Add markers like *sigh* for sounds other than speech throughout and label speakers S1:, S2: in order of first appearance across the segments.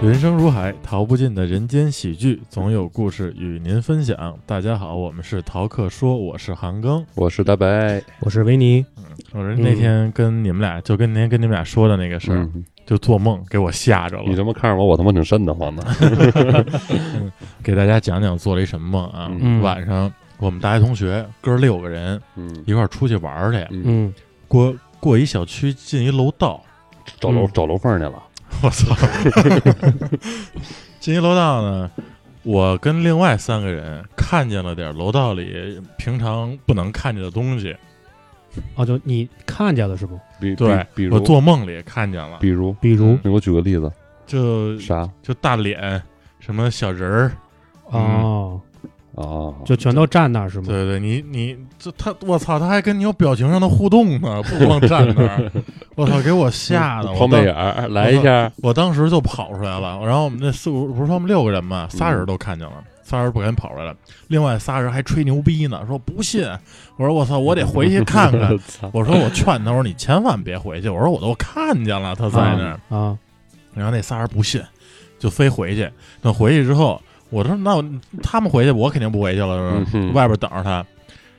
S1: 人生如海，逃不尽的人间喜剧，总有故事与您分享。大家好，我们是逃课说，我是韩庚。
S2: 我是大白，
S3: 我是维尼，
S1: 我是那天跟你们俩，就跟那天跟你们俩说的那个事儿，
S2: 嗯，
S1: 就做梦给我吓着
S2: 你
S1: 了。
S2: 他妈看着我，我他妈挺瘆得慌的。
S1: 给大家讲讲做了一什么梦啊？
S3: 嗯
S1: 晚上我们大学同学哥六个人
S2: 嗯
S1: 一块儿出去玩儿去，
S2: 嗯，
S3: 嗯，
S1: 过过一小区进一楼道，
S2: 找楼
S3: 嗯
S2: 找楼缝去了。
S1: *laughs* 我操！进一楼道呢，我跟另外三个人看见了点楼道里平常不能看见的东西。
S3: 哦，就你看见了是不？
S2: 比
S1: 对，
S2: 比比
S1: 我
S2: 如
S1: 做梦里也看见了，
S2: 比如，
S3: 比如
S2: 你给我举个例子，
S1: 就
S2: 啥
S1: 就大脸，什么小人儿，
S2: 嗯
S3: 哦，
S2: 啊？
S3: 就全都站那儿是吗？
S1: 对对，你你这他，我操，他还跟你有表情上的互动呢，不光站那
S2: *laughs*
S1: 儿，我操，给我吓的，我
S2: 抛媚
S1: 当
S2: 眼儿来一下，
S1: 我当时就跑出来了，然后我们那四五不是说我们六个人嘛，
S2: 嗯
S1: 仨人都看见了，仨人不敢跑出来了，另外仨人还吹牛逼呢，说不信。我说我操，我得回去
S2: *laughs*
S1: 看看。
S2: 操，
S1: 我说我劝他，我说你千万别回去。我说我都看见了，他在那儿。
S2: 嗯
S3: 啊，
S1: 然后那仨人不信，就非回去。等回去之后，我说那我他们回去，我肯定不回去了，是
S2: 嗯
S1: 吧
S2: 哼
S1: 外边等着他。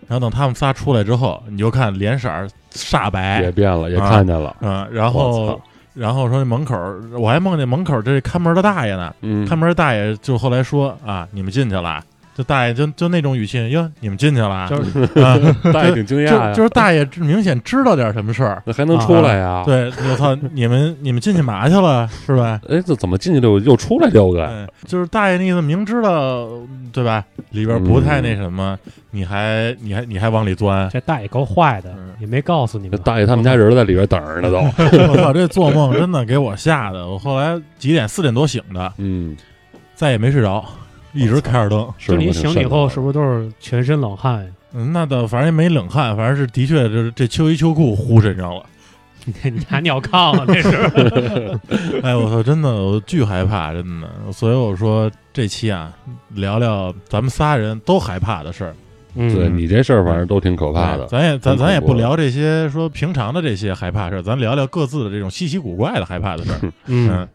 S1: 然后等他们仨出来之后，你就看脸色儿煞白，
S2: 也变了，也
S1: 啊
S2: 看见了。
S1: 嗯，然
S2: 我
S1: 后
S2: 操
S1: 然后说那门口儿，我还梦见门口儿这看门儿的大爷呢，
S2: 嗯，
S1: 看门儿的大爷就后来说啊，你们进去了。就大爷就就那种语气，哟，你们进去了，
S3: 就是
S2: *laughs*
S1: 啊，
S2: 大爷挺惊讶
S1: 就
S2: 呀，
S1: 就是大爷明显知道点什么事儿。
S2: 那还能出来呀？，
S1: 对，我操， *laughs* 你们你们进去嘛去了是吧？
S2: 哎，这怎么进去六又出来六个呀？
S1: 嗯，就是大爷那意思，明知道对吧？里边不太那什么，
S2: 嗯
S1: 你还你还你还往里
S2: *laughs*
S1: 钻，
S3: 这大爷够坏
S1: 嗯
S3: 的，也没告诉你
S2: 那
S3: 们。
S2: 大爷他们家人在里边等着呢都。
S1: 我操，这做梦真的给我吓的，我后来几点四点多醒的，
S2: 嗯，
S1: 再也没睡着，一直开着灯。
S2: 是
S3: 就你醒了以后，是
S2: 不
S3: 不是都是全身冷汗 *laughs* 呀？
S1: 嗯，那倒反正也没冷汗，反正是的确就是这秋衣秋裤呼身上了。
S3: 你你拿尿炕
S2: *laughs*
S3: 啊了这是？
S1: *laughs* 哎，我操，真的我巨害怕，真的。所以我说这期啊，聊聊咱们仨人都害怕的事儿。
S2: 是？对
S3: 嗯，
S2: 你这事儿反正都挺可怕的
S1: 哎。咱也咱咱也
S2: 挺恐
S1: 不
S2: 怖的
S1: 聊这些说平常的这些害怕事儿，咱聊聊各自的这种稀奇古怪的害怕的事
S2: *laughs*
S1: 儿。
S3: 嗯
S1: 嗯，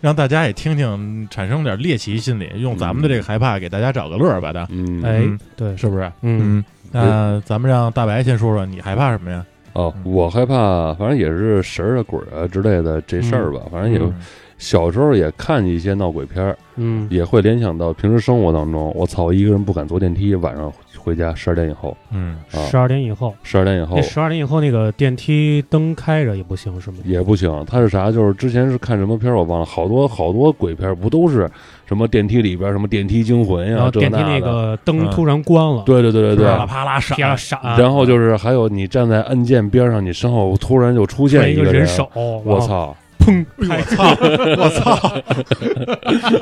S1: 让大家也听听，产生点猎奇心理，用咱们的这个害怕给大家找个乐儿吧，的
S2: 嗯，
S3: 哎
S1: 嗯，
S3: 对，
S1: 是不是？
S3: 嗯，
S1: 那咱们让大白先说说你害怕什么呀？
S2: 哦，
S1: 嗯
S2: 我害怕，反正也是神儿啊、鬼儿啊之类的这事儿吧。反正也、
S1: 嗯
S2: 小时候也看一些闹鬼片儿，
S3: 嗯
S2: 也会联想到平时生活当中，我操，一个人不敢坐电梯，晚上回家十二点以后，
S1: 嗯，
S2: 啊哦
S3: 十二点以后，
S2: 十二点以后
S3: 那十二点以后那个电梯灯开着也不行是吗？
S2: 也不行。它是啥？就是之前是看什么片儿我忘了，好多好多鬼片儿不都是什么电梯里边儿什么电梯惊魂
S3: 然
S2: 呀、
S3: 后
S2: 这
S3: 哦电梯
S2: 那的
S3: 那个灯
S1: 嗯
S3: 突然关了，
S2: 对对对对啊
S1: 啪啦嗯啪啦
S2: 对。
S1: 闪，
S3: 啪啦闪，
S2: 然后就是还有你站在按键边上，你身后突然就出
S3: 出现
S2: 现
S3: 一
S2: 个啊
S3: 人手，
S2: 我，操！
S3: 砰，
S1: 我操！我操！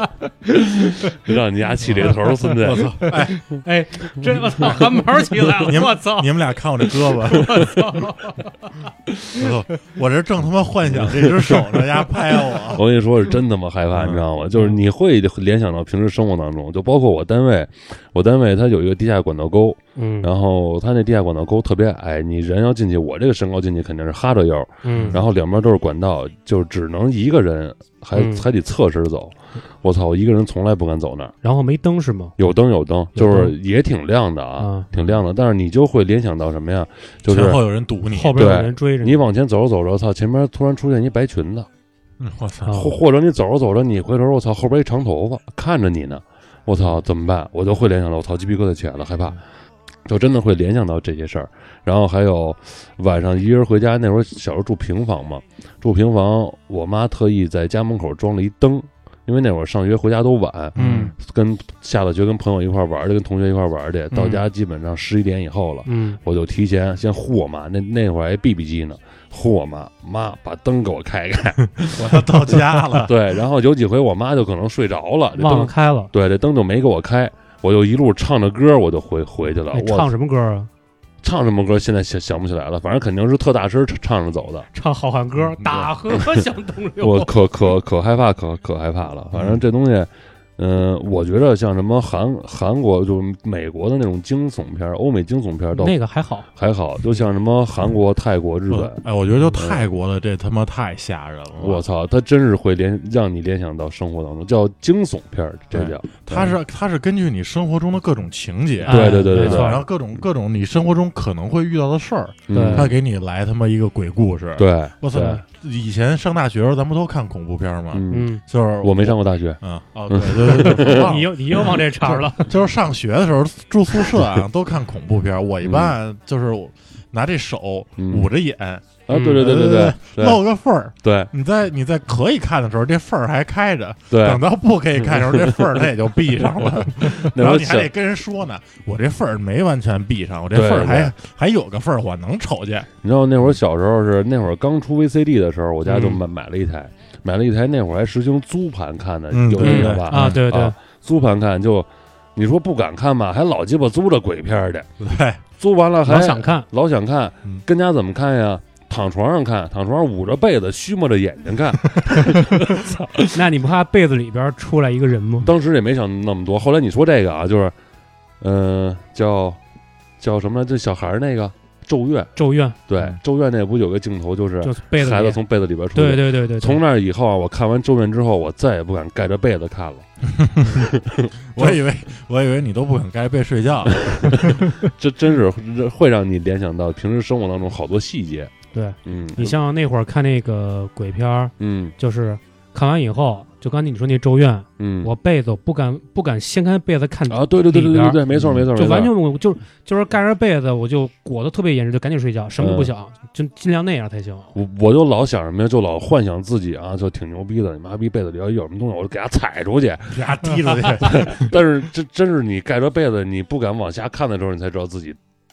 S2: 让你丫气里头儿，孙子！
S1: 我操！哎，
S3: 哎，这
S2: *laughs*
S3: 我操，汗毛起来了
S1: 你，们
S3: 我操！
S1: 你们俩看我这胳膊， *laughs* 我操！我这正他妈幻想这只手呢，丫拍我。
S3: *laughs*
S2: 我跟你说，是真他妈害怕，
S1: 嗯
S2: 你知道吗？就是你会联想到平时生活当中，就包括我单位，我单位它有一个地下管道沟，
S3: 嗯，
S2: 然后它那地下管道沟特别矮，你人要进去，我这个身高进去肯定是哈着腰，
S3: 嗯，
S2: 然后两边都是管道，就只能一个人，还
S3: 嗯
S2: 还得侧身走。我操，我一个人从来不敢走那儿，
S3: 然后没灯是吗？
S2: 有灯有灯，
S3: 有
S2: 就
S3: 灯
S2: 是也挺亮的啊
S3: 啊，
S2: 挺亮的，但是你就会联想到什么呀？就是
S1: 前后有人堵你，
S3: 后边有人追着
S2: 你往前走着走着，操，前面突然出现一白裙子。
S1: 嗯我操！
S3: 啊
S2: 或或者你走着走着，你回头，我操，后边一长头发看着你呢，我操，怎么办？我就会联想到，我操，鸡皮疙瘩起来了，害怕，
S3: 嗯
S2: 就真的会联想到这些事儿。然后还有晚上一个人回家，那会儿小时候住平房嘛，住平房，我妈特意在家门口装了一灯，因为那会儿上学回家都晚，
S1: 嗯
S2: 跟下了学跟朋友一块儿玩儿去，跟同学一块儿玩儿去，到
S3: 嗯
S2: 家基本上十一点以后了。
S3: 嗯
S2: 我就提前先护我妈，那那会儿还 BB 机呢，护我妈，妈把灯给我开开，
S1: 我要到家
S3: *laughs*
S1: 了。
S2: 对，然后有几回我妈就可能睡着了，这
S3: 忘了
S2: 灯啊
S3: 开了，
S2: 对这灯就没给我开，我就一路唱着歌我就回回去了。
S3: 哎
S2: 我
S3: 唱什么歌啊？
S2: 唱什么歌现在想想不起来了，反正肯定是特大声唱唱着走的。
S3: 唱好汉歌
S2: 嗯，
S3: 大河向东流。
S2: 我可可可害怕，可可害怕了。反正这东西嗯、我觉着像什么韩韩国就是美国的那种惊悚片儿、欧美惊悚片儿倒
S3: 那个还好，
S2: 还好，就像什么韩国、泰国、 *laughs* 日
S3: 嗯
S2: 本，
S1: 哎，我觉得就泰国的这他妈太吓人了。
S2: 我操，它真是会联让你联想到生活当中，叫惊悚片儿，这叫
S1: 它是它是根据你生活中的各种情节，
S3: 哎
S2: 对对对对
S1: 没错
S2: 对
S1: 然后各种各种你生活中可能会遇到的事儿，
S2: 嗯
S1: 他给你来他妈一个鬼故事。，
S2: 对，
S1: 我操！以前上大学的时候，咱不都看恐怖片吗？
S2: 嗯，
S3: 嗯，
S1: 就是
S2: 我没上过大学，
S1: 嗯，哦，对对对对，忘了
S3: 你又你又往这茬儿
S2: *laughs*
S3: 了，
S1: 就是上学的时候住宿舍啊，都看恐怖片儿。我一般就是拿这手
S2: 嗯
S1: 捂着眼，
S2: 啊，
S3: 嗯
S2: 对对对对对对
S1: 露个缝儿。
S2: 对
S1: 你在你在可以看的时候，这缝儿还开着；等
S2: 对，
S1: 到不可以看的时候，这缝儿它也就闭上
S2: *laughs*
S1: 了。
S2: 那
S1: 然
S2: 时
S1: 后
S2: 候
S1: 你还得
S2: 小
S1: 跟人说呢，我这缝儿没完全闭上，我这
S2: 对
S1: 缝儿还
S2: 对
S1: 还有个缝儿，我能瞅见。
S2: 你知道那会儿小时候是那会儿刚出 VCD 的时候，我家就
S1: 嗯
S2: 买买了一台，买了一台那会儿还实行租盘看的，
S1: 嗯
S2: 有
S1: 对
S2: 印
S1: 对
S2: 象
S1: 对
S2: 吧？
S3: 啊，对对
S2: 啊，租盘看就，你说不敢看吧，还老鸡巴租着鬼片儿去，
S1: 对，
S2: *laughs* 租完了还
S3: 老想看，
S2: 老想看
S1: 嗯，
S2: 跟家怎么看呀？躺床上看，躺床上捂着被子，虚摸着眼
S1: *laughs*
S2: 睛看。
S3: 那你不怕被子里边出来一个人吗？
S2: 当时也没想那么多。后来你说这个啊，就是，嗯、叫叫什么来？就小孩儿那个《咒怨》，
S3: 咒怨
S2: 对，
S1: 嗯
S2: 咒怨》那不有个镜头就是
S3: 就是被子
S2: 孩
S3: 里
S2: 子，从被子里边出来。
S3: 对对对对，对
S2: 从那以后啊，我看完《咒怨》之后，我再也不敢盖着被子看了。
S1: 我以为我以为你都不肯盖被睡觉。
S2: *laughs* 这真是
S3: *laughs*
S2: 会让你联想到平时生活当中好多细节。
S3: 对
S2: 嗯，
S3: 你像那会儿看那个鬼片儿，
S2: 嗯
S3: 就是看完以后，就刚才你说那咒怨，
S2: 嗯，
S3: 我被子不敢不敢掀开被子看，
S2: 啊，对对对对
S3: 里边
S2: 对对，
S3: 儿
S2: 没错没错，
S3: 就
S2: 没错
S3: 完全我就就是盖着被子，我就裹得特别严实，就赶紧睡觉，
S2: 嗯
S3: 什么都不想，就尽量那样才行。
S2: 我我就老想什么呀，就老幻想自己啊，就挺牛逼的，你妈逼被子里要有什么东西，我就给它踩出
S3: *laughs*
S2: 去。
S1: 俩提了去，
S2: 但是这真是你盖着被子，你不敢往下看的时候，你才知道自己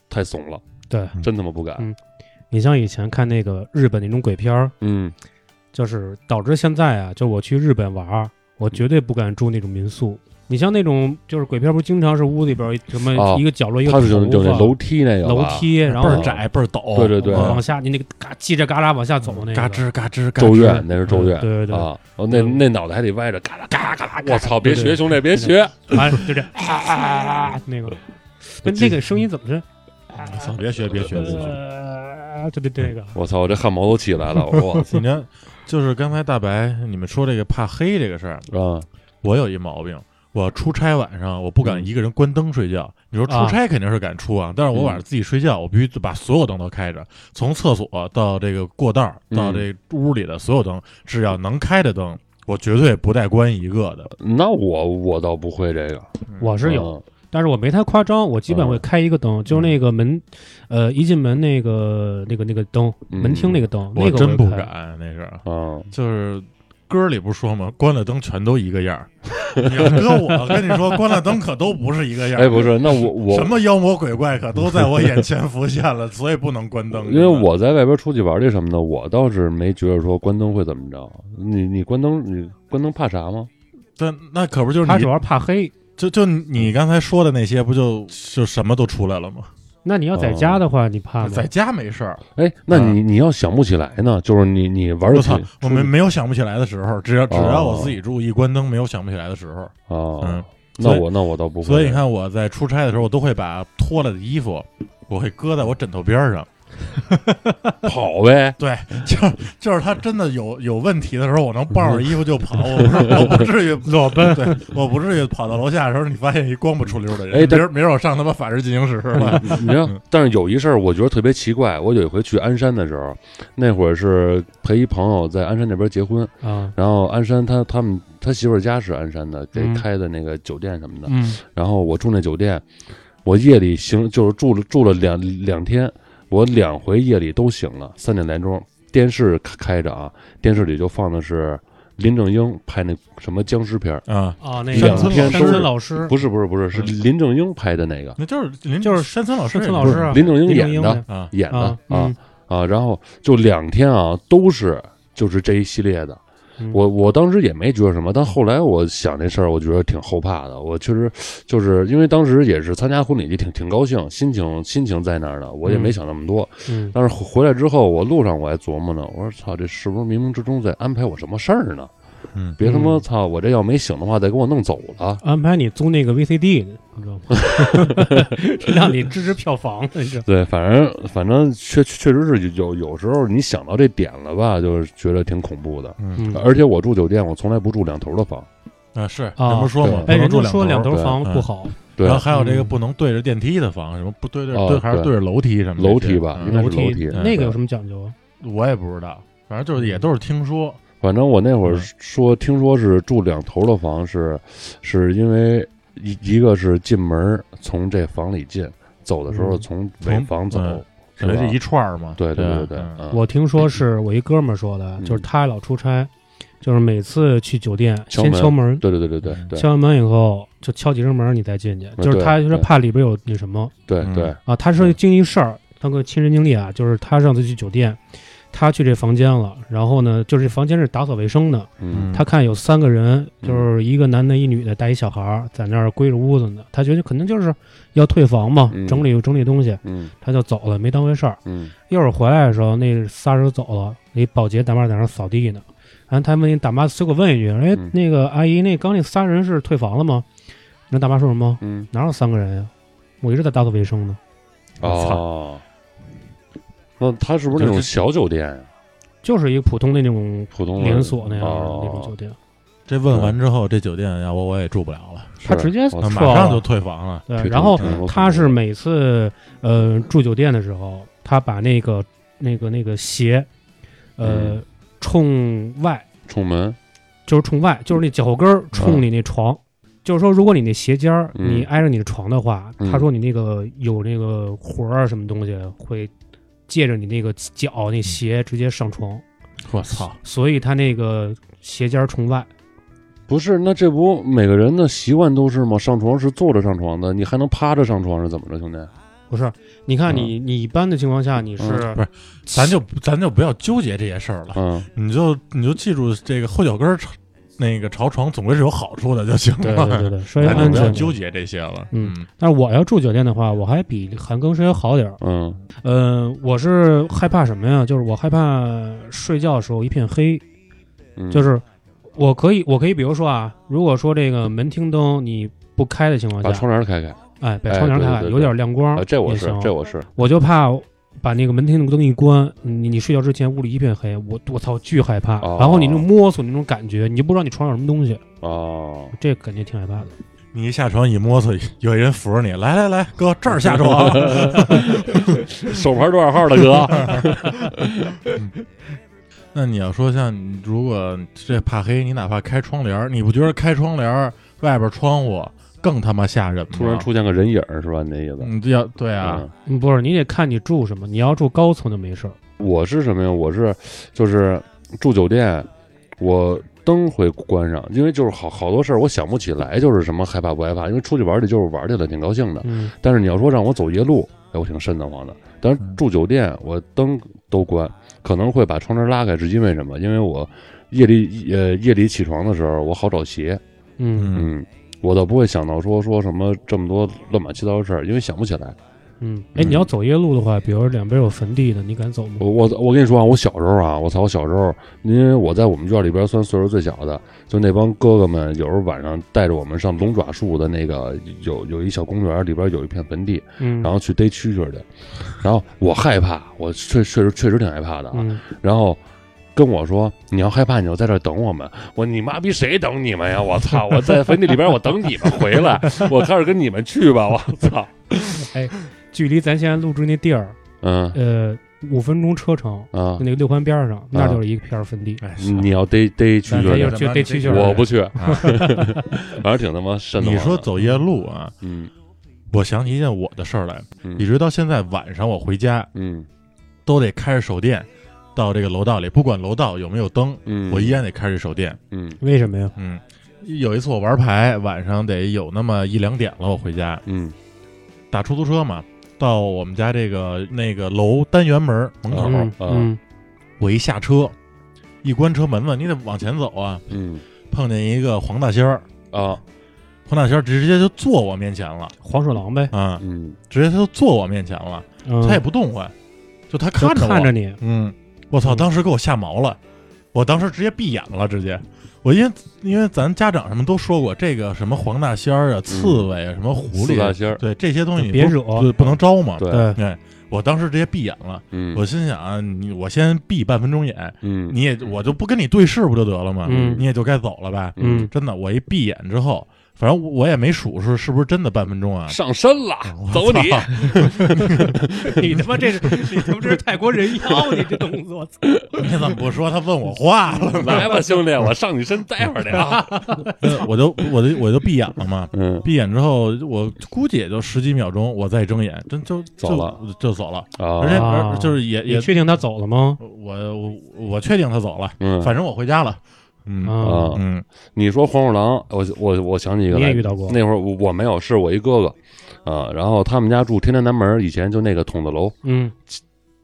S2: 太怂了，
S3: 对
S2: 真他妈不敢。
S3: 嗯你像以前看那个日本那种鬼片儿，
S2: 嗯
S3: 就是导致现在啊，就我去日本玩儿，我绝对不敢住那种民宿。你像那种就是鬼片，不是经常是屋里边儿什
S2: 哦
S3: 么一个角落一个
S2: 他
S3: 头
S2: 是就就那
S3: 发
S2: 楼梯啊那个吧
S3: 楼，梯， *laughs* 然
S1: 倍
S3: 后
S1: 儿窄倍儿陡。
S2: 对对对嗯
S1: 嗯
S3: 往下你那个嘎叽着嘎啦往下走那个，
S1: 嘎吱嘎吱嘎吱。
S2: 咒怨那是咒
S1: 嗯
S2: 怨，
S3: 对对对
S2: 啊，哦那
S3: 嗯
S2: 那脑袋还得歪着，嘎啦嘎啦嘎啦，我操，别
S3: 对对
S2: 学兄弟，别学，
S3: 完了就这样啊啊啊啊
S2: *laughs*
S3: 那个，那那个声音怎么是？
S2: 嗯
S3: 啊
S1: 操别学别学别学！
S3: 呃，对对对，那个
S2: 我操，我这汗毛都起
S1: *laughs*
S2: 来了，我
S1: 你看，就是刚才大白你们说这个怕黑这个事儿，
S2: 啊，
S1: 我有一毛病，我出差晚上我不敢一个人关灯睡觉。你说出
S3: 啊
S1: 差肯定是敢出啊，但是我晚上自己睡觉，我必须把所有灯都开着，从厕所到这个过道儿
S2: 嗯
S1: 到这屋里的所有灯，只要能开的灯，我绝对不带关一个的。
S2: 那我我倒不会这个，
S3: 我是有，
S2: 嗯
S3: 但是我没太夸张，我基本会开一个灯，就是那个门，呃，一进门那个那个那个灯，
S2: 嗯
S3: 门厅那个灯，那
S1: 我
S3: 个
S1: 真
S3: 会
S1: 不
S3: 开。
S1: 敢，那是
S2: 啊，
S1: 就是。歌里不是说吗？关了灯全都一个样儿。你要搁我跟你说，关了灯可都不是一个样儿。
S2: 哎，不是，那
S1: *laughs*
S2: 我我
S1: 什么妖魔鬼怪可都在我眼前浮现了，所以不能关灯。
S2: 因为我在外边出去玩这什么的，我倒是没觉得说关灯会怎么着。你你关灯，你关灯怕啥吗？
S1: 但那可不就是
S3: 他主
S1: 你
S3: 要怕黑。
S1: 就就你刚才说的那些，不就就什么都出来了吗？
S3: 那你要在家的话，你怕吗
S1: 在？家没事儿，
S2: 哎，那你你要想不起来呢，就是你你玩
S1: 嗯我
S2: 游戏
S1: 操，我没没有想不起来的时候，只要只要
S2: 哦
S1: 我自己住，一关灯没有想不起来的时候。嗯
S2: 啊，，
S1: 所
S2: 那
S1: 以
S2: 我那我倒不会。
S1: 所以你，看我在出差的时候，我都会把脱了的衣服，我会搁在我枕头边上。
S2: 跑呗，
S3: *laughs*
S1: 对，就是就是他真的有有问题的时候，我能抱着衣服就跑，我不是我不至于裸奔，对，我不至于跑到楼下的时候，你发现一光不出溜的人，
S2: 哎
S1: 明
S2: 但
S1: 儿明儿我上他妈法制进行时了，
S2: 你知道？但是有一事儿，我觉得特别奇怪。我有一回去鞍山的时候，那会儿是陪一朋友在鞍山那边结婚，
S3: 啊，
S2: 然后鞍山他他们他媳妇儿家是鞍山的，给
S3: 嗯
S2: 开的那个酒店什么的。
S3: 嗯，
S2: 然后我住那酒店，我夜里醒就是住了住了两两天，我两回夜里都醒了，三点来钟，电视开开着啊，电视里就放的是林正英拍那什么僵尸片儿，
S1: 啊，
S3: 啊，那
S2: 两
S3: 个
S2: 天
S3: 山
S2: 都
S3: 村老师，
S2: 不是不是不是，是
S1: 嗯
S2: 林正英拍的那个，
S1: 那就是您
S3: 就是
S1: 山村老师
S3: 山
S1: 也
S3: 村
S1: 是，
S3: 老师啊，
S2: 林正英
S3: 林
S2: 演的
S3: 的
S1: 啊，
S2: 演的
S3: 啊
S2: 啊，
S3: 嗯
S2: 啊，然后就两天啊，都是就是这一系列的。
S3: 嗯
S2: 我我当时也没觉得什么，但后来我想这事儿，我觉得挺后怕的。我确实就是因为当时也是参加婚礼，就挺挺高兴，心情心情在那儿呢，我也没
S3: 嗯
S2: 想那么多。
S3: 嗯，
S2: 但是回回来之后，我路上我还琢磨呢，我说操，这是不是冥冥之中在安排我什么事儿呢？
S1: 嗯，
S2: 别他妈
S3: 嗯
S2: 操！我这要没醒的话，得给我弄走了。
S3: 安排你租那个 VCD，你知道吗？ *laughs* 让你支持票房，你知道吗。
S2: 对，反正反正确确实是有有时候你想到这点了吧，就是觉得挺恐怖的。
S1: 嗯，
S3: 嗯，
S2: 而且我住酒店，我从来不住两头的房。
S1: 啊是，
S3: 啊
S1: 人不是说嘛，
S3: 哎，
S1: 不能
S3: 人
S1: 住
S3: 家说两
S1: 头
S3: 头
S2: 对
S3: 房
S1: 嗯
S3: 不好，
S2: 对
S1: 然，后还有这个
S3: 嗯
S1: 不能对着电梯的房，什么不对着
S2: 哦
S1: 对还是
S2: 对
S1: 对着楼梯什么的
S2: 楼梯吧
S1: 这
S2: 应
S1: 些
S2: 该
S1: 嗯
S2: 是
S3: 楼
S2: 楼
S3: 梯
S2: 梯
S3: 那个有什么讲究啊？
S1: 我也不知道，反正
S2: 嗯
S1: 就是也都是听说，
S2: 反正我那会
S3: 嗯
S2: 儿说，听说是住两头的房是，是因为一一个是进门儿从这房里进，走的时候
S3: 嗯
S2: 从尾房走，
S1: 嗯
S2: 是
S1: 等于
S2: 吧
S1: 这一串儿嘛。
S2: 对对
S1: 吧
S2: 对对，
S1: 嗯
S2: 嗯
S3: 我听说是我一哥们儿说的，
S2: 嗯
S3: 就是他老出差，就是每次去酒店
S2: 敲
S3: 先
S2: 门
S3: 敲门，
S2: 对对对对对对
S3: 敲完门以后就敲几声门，你再进去。
S2: 嗯
S3: 就是他
S2: 对
S3: 就是
S2: 对
S3: 怕里边有那什么
S2: 对
S1: 嗯
S2: 对，
S3: 啊。他说经一事儿，他个亲身经历啊，就是他上次去酒店，他去这房间了，然后呢，就是这房间是打扫卫生的，
S2: 嗯
S3: 他看有三个人，
S2: 嗯
S3: 就是一个男的，一女的，带一小孩儿在那儿归着屋子呢。他觉得可能就是要退房嘛，
S2: 嗯
S3: 整理整理东西，
S2: 嗯
S3: 他就走了，没当回事儿。
S2: 嗯
S3: 一会儿回来的时候，那仨人走了，那保洁大妈在那儿扫地呢。然后他问那大妈，随口问一句：“哎
S2: 嗯，
S3: 那个阿姨，那刚那仨人是退房了吗？”那大妈说什么？
S2: 嗯，
S3: 哪有三个人呀、啊我一直在打扫卫生呢。
S2: 哦，那他是不是那种
S1: 就是
S2: 小酒店呀？
S3: 就是一个普通的那种
S2: 普通的
S3: 连锁那样的那种
S2: 嗯哦
S3: 酒店，
S1: 这问完之后，这酒店要不我也住不了了，
S3: 他直接
S2: 我
S1: 那
S3: 撤
S1: 马上
S3: 了
S1: 就退房了。
S3: 对，
S2: 退
S3: 然后
S2: 出
S1: 嗯
S3: 他是每次呃住酒店的时候，他把那个那个那个鞋，呃，
S2: 嗯
S3: 冲外，
S2: 冲门，
S3: 就是冲外，就是那脚后跟儿冲你那床。就是说，如果你那鞋尖儿
S2: 嗯
S3: 你挨着你的床的话，
S2: 嗯
S3: 他说你那个有那个活儿啊什么东西会借着你那个脚那鞋直接上床，
S1: 我操！
S3: 所以他那个鞋尖儿冲外。
S2: 不是，那这不每个人的习惯都是吗？上床是坐着上床的，你还能趴着上床是怎么着，兄弟？
S3: 不是，你看你、你一般的情况下你是、
S2: 嗯
S1: 不是咱就咱就不要纠结这些事儿了，
S2: 嗯，
S1: 你就你就记住这个后脚跟儿朝那个朝床总归是有好处的就行
S3: 对对对
S1: 了。
S3: 对，稍微
S1: 咱就
S3: 安
S1: 不要
S3: 全。
S1: 纠结这些了。
S3: 嗯，但是我要住酒店的话，我还比韩庚稍微好点儿。
S2: 嗯
S3: 嗯、我是害怕什么呀？就是我害怕睡觉的时候一片黑，
S2: 嗯，
S3: 就是我可以，我可以，比如说啊，如果说这个门厅灯你不开的情况
S2: 嗯把
S3: 下，
S2: 窗帘开开
S3: 哎，把
S2: 哎
S3: 窗帘
S2: 对
S3: 开
S2: 对
S3: 开，
S2: 对
S3: 有点亮光，
S2: 啊！这我
S3: 也
S2: 是
S3: 行，
S2: 这我是，
S3: 我就怕把那个门厅的灯一关，你你睡觉之前屋里一片黑，我我操，巨害怕。
S2: 哦
S3: 然后你那种摸索那种感觉，你就不知道你床上有什么东西，
S2: 哦，
S3: 这感觉挺害怕的。
S1: 你一下床一摸索，有一人扶着你，来来来，哥这儿下床。
S2: 手牌多少号的哥？
S1: 那你要说像你如果这怕黑，你哪怕开窗帘儿，你不觉得开窗帘儿外边窗户更他妈吓人吗？
S2: 突然出现个人影儿是吧？你那意思？
S1: 嗯，要对啊，
S2: 嗯
S3: 嗯，不是，你得看你住什么，你要住高层就没事儿。
S2: 我是什么呀？我是就是住酒店，我灯会关上，因为就是好好多事儿我想不起来，就是什么害怕不害怕，因为出去玩儿去就是玩儿去了，挺高兴的。
S3: 嗯，
S2: 但是你要说让我走夜路，哎，我挺瘆得慌的。但是住酒店，我灯都关，可能会把窗帘拉开，是因为什么？因为我夜里呃夜里起床的时候，我好找鞋。
S3: 嗯
S1: 嗯，
S2: 嗯，我倒不会想到说说什么这么多乱码七糟的事儿，因为想不起来。
S3: 嗯，哎，
S2: 嗯
S3: 你要走夜路的话，比如说两边有坟地的，你敢走吗？
S2: 我我我跟你说啊，我小时候啊，我操，我小时候，因为我在我们院里边算岁数最小的，就那帮哥哥们有时候晚上带着我们上龙爪树的那个有有一小公园里边有一片坟地，
S3: 嗯，
S2: 然后去逮蛐蛐儿去。然后我害怕，我确确实确实挺害怕的啊。
S3: 嗯， *laughs*
S2: 然后跟我说：“你要害怕，你就在这儿等我们。”我你妈逼谁等你们呀？我操！我在坟地里边，我等你们回来。我开始跟你们去吧。我
S1: *laughs*
S2: 操！
S3: 哎距离咱现在录制那地儿，
S2: 嗯
S3: 呃，五分钟车程，
S2: 啊
S3: 就，那个六环边儿上，那就是一片坟地。
S1: 哎，
S2: 你要逮逮蛐
S3: 那
S2: 蛐
S3: 就
S2: 儿去，
S3: 去逮蛐蛐儿
S2: 我不去，
S1: 啊
S2: 反正挺他妈瘆得慌
S1: 你
S2: 的。
S1: 说走夜路啊？
S2: 嗯，
S1: 我想起一件我的事儿来，
S2: 嗯
S1: 一直到现在晚上我回家
S2: 嗯
S1: 都得开着手电到这个楼道里，不管楼道有没有灯，
S2: 嗯，
S1: 我依然得开着手电。
S2: 嗯
S3: 为什么呀？
S1: 嗯，有一次我玩牌，晚上得有那么一两点了，我回家
S2: 嗯
S1: 打出租车嘛，到我们家这个那个楼单元门门口，
S3: 嗯
S2: 啊
S3: 嗯
S1: 我一下车，一关车门子，你得往前走啊，
S2: 嗯
S1: 碰见一个黄大仙儿，
S2: 啊
S1: 黄大仙儿直接就坐我面前了
S3: 黄鼠狼呗。
S1: 啊、
S2: 嗯
S1: 直接他就坐我面前了，
S3: 嗯，
S1: 他也不动换，就他
S3: 就
S1: 看着我，
S3: 看着你，
S1: 嗯，我操，
S3: 嗯
S1: 当时给我吓毛了，我当时直接闭眼了，直接。我因为因为咱家长什么都说过，这个什么黄大仙儿啊、刺猬啊、什么狐
S2: 嗯四
S1: 狸
S2: 大
S1: 啊，
S2: 仙儿，
S1: 对这些东西你
S3: 别
S1: 都
S3: 惹
S1: 对不能招嘛。
S2: 对，
S3: 对，
S1: 对，我当时直接闭眼了，
S2: 嗯，
S1: 我心想啊你我先闭半分钟眼，
S2: 嗯
S1: 你也我就不跟你对视不就得了吗？
S3: 嗯
S1: 你也就该走了吧。
S3: 嗯，
S1: 真的，我一闭眼之后，反正我也没数是是不是真的半分钟
S2: *laughs*
S1: 啊。
S2: 上身了，走你，
S3: 你他妈这是你他妈这是泰国人妖，你这动作，
S1: 你怎么不说他问我话了呢？
S2: 来吧，兄弟，我上你身待会儿
S1: *laughs*
S2: 去啊。
S1: 我就我就我就闭眼了嘛。
S2: 嗯
S1: 闭眼之后，我估计也就十几秒钟，我再睁眼，真就就
S2: 走了，
S1: 就走了。而且
S2: 啊，
S1: 而就是也
S3: 哦你
S1: 也，
S3: 确定他走了吗？
S1: 我我我确定他走了，
S2: 嗯
S1: 反正我回家了。嗯
S3: 啊，
S2: 啊，
S1: 嗯
S2: 你说黄鼠狼，我我我想起一个
S3: 你
S2: 来
S3: 也遇到过？
S2: 那会儿我我没有，是我一哥哥，啊，然后他们家住天坛南门儿，以前就那个筒子楼
S3: 嗯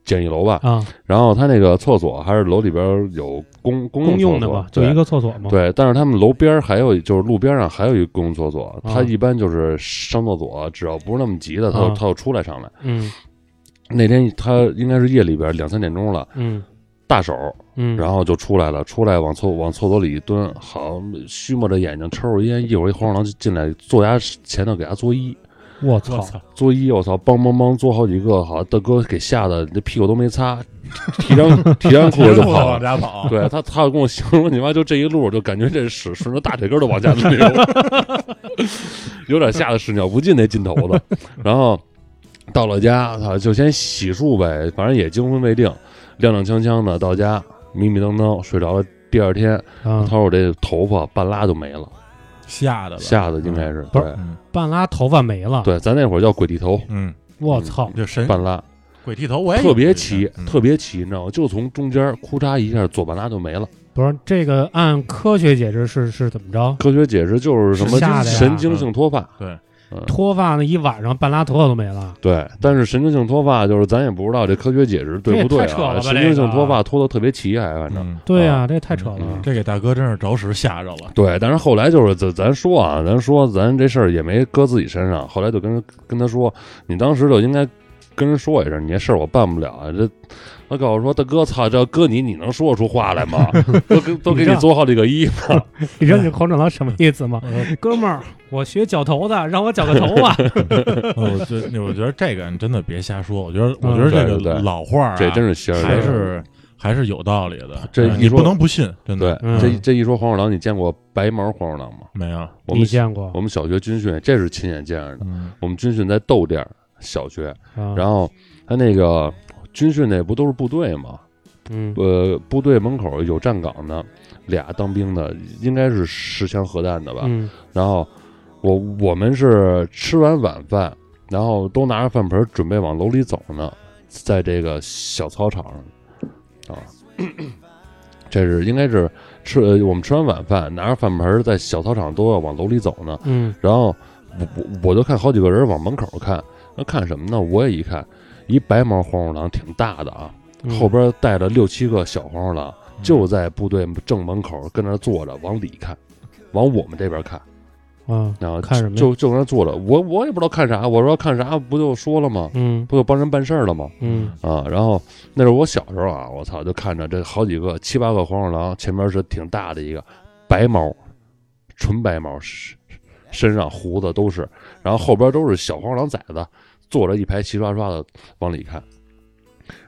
S2: 简易楼吧，
S3: 啊，
S2: 然后他那个厕所还是楼里边儿有公公
S3: 公用
S2: 用厕
S3: 的
S2: 所
S3: 吧，就一
S2: 对
S3: 个厕所嘛。
S2: 对，但是他们楼边儿还有就是路边上还有一公共厕所，
S3: 啊
S2: 他一般就是上厕所，只要不是那么急的，他就
S3: 啊
S2: 他就出来上来。
S3: 嗯
S2: 那天他应该是夜里边儿两三点钟了，
S3: 嗯
S2: 大手，
S3: 嗯，
S2: 然后就出来了，出来往厕往厕所里一蹲，好虚摸着眼睛抽着烟，一会儿一黄鼠狼就进来坐他前头给他作揖。
S3: 我
S1: 我
S3: 操，
S1: 操，
S2: 作揖，我操，梆梆梆做好几个，好大哥给吓得这屁股都没擦， *laughs* 提张提张裤子就
S1: 我
S2: 跑
S1: 往。
S2: 了
S1: 家跑，
S2: *laughs* 对他，他跟我形容你妈就这一路，就感觉这屎顺着大腿根儿都往下流，有点吓得屎尿不尽那劲头子。然后到了家，操，就先洗漱呗，反正也惊魂未定，踉踉跄跄的到家，迷迷瞪瞪睡着了。第二天，
S3: 啊
S2: 他，说我这头发半拉就没了，
S1: 吓的吧。
S2: 吓得应该是
S3: 不
S2: 对
S3: 是
S1: 嗯
S3: 半拉头发没了。
S2: 对，咱那会儿叫鬼剃头，
S1: 嗯，
S3: 我操，
S1: 就神
S2: 半拉。
S1: 鬼剃头，
S3: 哎
S1: 我也
S2: 特别
S1: 奇
S2: 齐，，特别齐，你知道吗？就从中间儿库嚓一下，左半拉就没了。
S3: 不是这个按科学解释是是怎么着？
S2: 科学解释就是什
S3: 是吓
S2: 么
S3: 的呀
S2: 神经性脱发，
S1: 对，
S2: 嗯，
S3: 脱发那一晚上半拉头发都没了。
S2: 对。但是神经性脱发就是咱也不知道这科学解释对不对
S3: 这也太扯了
S2: 啊？
S3: 吧
S2: 神经性脱发脱的特别齐，还反正。
S1: 嗯
S3: 对呀、
S2: 啊
S3: 这也太扯了
S2: 嗯。
S1: 这给大哥真是着实吓着
S2: *laughs*
S1: 了。
S2: 对，但是后来就是咱咱说啊，咱说咱这事儿也没搁自己身上，后来就跟跟他说，你当时就应该跟人说一声，你这事儿我办不了啊。这他告诉我说，大哥，操，这要搁你，你能说得出话来
S3: *laughs*
S2: 吗？都给都给
S3: 你知
S2: 你
S3: 道
S2: 做好几个衣服，
S3: *laughs* 你知道你黄鼠狼什么意
S2: *laughs*
S3: 思吗？
S2: 呃
S3: 哥们儿，我学绞头的，让我绞个头发。
S1: 我觉得我觉得这个你真的别瞎说，我觉得我觉得
S2: 嗯对
S1: 这
S2: 对
S1: 个
S2: 对
S1: 老话儿啊
S2: 这真是邪人
S1: 还是还是有道理的，
S2: 这
S1: 嗯
S2: 一
S1: 你
S2: 说
S1: 不能不信，真
S2: 对
S1: 的，
S3: 嗯
S2: 这这一说黄鼠狼，你见过白毛黄鼠狼吗？
S1: 没有。
S2: 我
S3: 你
S2: 们
S3: 见过
S2: 我？们小学军训，这是亲眼见着的。
S1: 嗯，
S2: 我们军训在豆店儿小学，
S3: 啊
S2: 然后他那个军训那不都是部队吗？
S3: 嗯
S2: 呃，部队门口有站岗的，俩当兵的，应该是十枪核弹的吧。
S3: 嗯
S2: 然后我我们是吃完晚饭，然后都拿着饭盆儿准备往楼里走呢，在这个小操场上啊，这是应该是吃呃我们吃完晚饭，拿着饭盆儿在小操场都要往楼里走呢。
S3: 嗯
S2: 然后我我我就看好几个人往门口看，那看什么呢？我也一看，一白毛黄鼠狼挺大的啊，
S3: 嗯，
S2: 后边带着六七个小黄鼠狼，
S1: 嗯
S2: 就在部队正门口跟那儿坐着，往里看，往我们这边看。
S3: 啊，
S2: 然后
S3: 看什么呀
S2: 就就跟那坐着，我我也不知道看啥，我说看啥不就说了吗？
S3: 嗯
S2: 不就帮人办事儿了吗？
S3: 嗯
S2: 啊，然后那是我小时候啊，我操，就看着这好几个七八个黄鼠狼，前面是挺大的一个白毛，纯白毛，身身上胡子都是，然后后边都是小黄鼠狼崽子，坐着一排齐刷刷的往里看，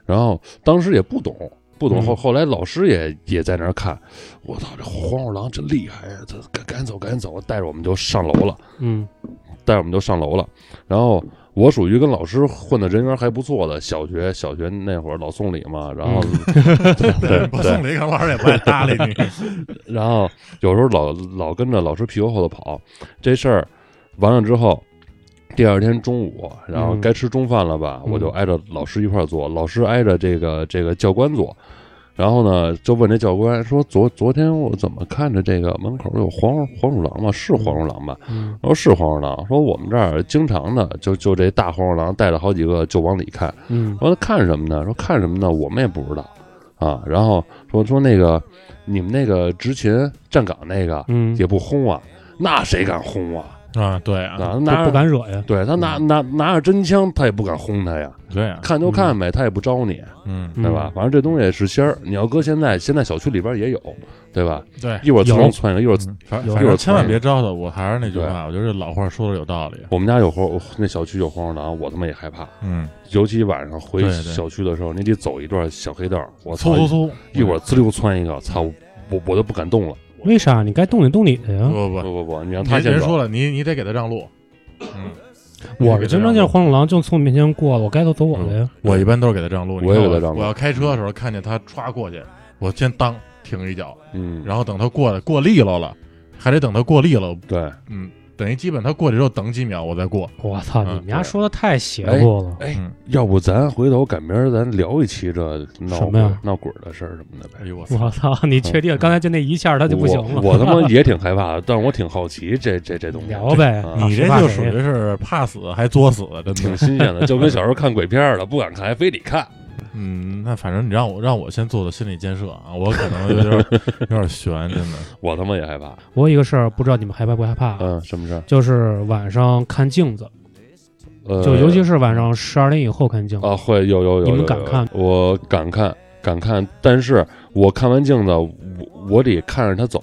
S2: 然后当时也不懂。不懂
S3: 嗯
S2: 后后来老师也也在那儿看，我操，这黄鼠狼真厉害呀！这赶赶走赶走，带着我们就上楼了。
S3: 嗯
S2: 带着我们就上楼了。然后我属于跟老师混的人缘还不错的，小学小学那会儿老送礼嘛，然后、对
S1: 不送
S2: 对，
S1: 礼，可能老师也不爱搭理你。
S2: *laughs* 然后有时候老老跟着老师屁股后头跑，这事儿完了之后。第二天中午，然后
S3: 嗯
S2: 该吃中饭了吧？
S3: 嗯
S2: 我就挨着老师一块儿坐，老师挨着这个这个教官坐，然后呢就问这教官说：“昨昨天我怎么看着这个门口有黄黄鼠狼吗？是黄鼠狼吧？”
S3: 嗯
S2: 我说是黄鼠狼，说我们这儿经常的就就这大黄鼠狼带着好几个就往里看，
S3: 嗯
S2: 我说看什么呢？说看什么呢？我们也不知道啊。然后说说那个你们那个执勤站岗那个
S3: 嗯，
S2: 也不轰啊，那谁敢轰啊？
S1: *laughs* 啊，对
S2: 啊
S1: 啊，，
S2: 拿
S3: 就
S2: 着
S3: 不敢嗯惹呀。
S2: 对他拿拿拿着真枪，他也不敢轰他呀，
S3: 嗯
S1: 对啊，
S2: 看就看呗，他也不招你，
S1: 嗯，
S2: 对吧？反正这东西是仙儿，你要搁现在，现在小区里边也有，对吧？
S1: 对，
S2: 一会儿
S3: 有
S2: 窜窜一个，一会儿
S1: 嗯反
S3: 有
S1: 反
S2: 一会
S1: 正
S2: 儿
S1: 千万
S2: 传
S1: 别招他，我还是那句
S2: 对
S1: 话，我觉得这老话说的有道
S3: 嗯
S1: 理，啊
S2: 我们家有黄，那小区有黄鼠啊狼，我他妈也害怕，
S1: 嗯，
S2: 尤其晚上回
S1: 对对
S2: 小区的时候，你得走一段小黑道，我操
S1: 嗖，嗖嗖，
S2: 一会儿滋溜窜一个，操，我我我都不敢动了，
S3: 为啥？你该动你动你的呀
S1: 不。不
S2: 不
S1: 不，
S2: 不不，你让
S1: 嗯别
S2: 他
S1: 别
S2: 先走
S1: 说，了，你你得给他让路，嗯，
S3: 我是经常见黄鼠狼就从你面前过了，我该都走我的呀。
S1: 我一般都是给他让路，你
S2: 我也
S1: 看
S2: 给他让路
S1: 我要开车的时候看见他歘过去，我先当停一脚，
S2: 嗯，
S1: 然后等他过来过利落了，还得等他过利了，
S2: 对，
S1: 嗯，等于基本他过去之后等几秒我再过，
S3: 我操，
S1: 嗯
S3: 你们家说的太邪乎了。
S2: 哎
S1: 嗯，
S2: 要不咱回头赶明儿咱聊一期这闹
S3: 什么
S2: 鬼
S3: 呀
S2: 闹鬼的事儿什么的呗
S1: 哎。呦我操，
S3: 我操，你确定？刚才就那一下他就不行了。
S2: 嗯我我他
S3: *laughs*
S2: 妈也挺害怕的，但是我挺好奇这这这东西，
S3: 聊呗
S2: 啊，
S1: 你这就属于是怕死还作死，真
S2: 挺
S1: 的，
S2: 新鲜的，就跟小时候看鬼片儿了，不敢看还非得看。
S1: 嗯，那反正你让我让我先做做心理建设啊，我可能有点有点悬，真的，
S2: 我他妈也害怕。
S3: 我有一个事儿，不知道你们害怕不害怕啊？
S2: 嗯，什么事儿？
S3: 就是晚上看镜子，
S2: 呃，
S3: 就尤其是晚上十二点以后看镜子。
S2: 啊，会有有有，
S3: 你们
S2: 有
S3: 敢看？
S2: 有我敢看，敢看，但是我看完镜子，我我得看着他走，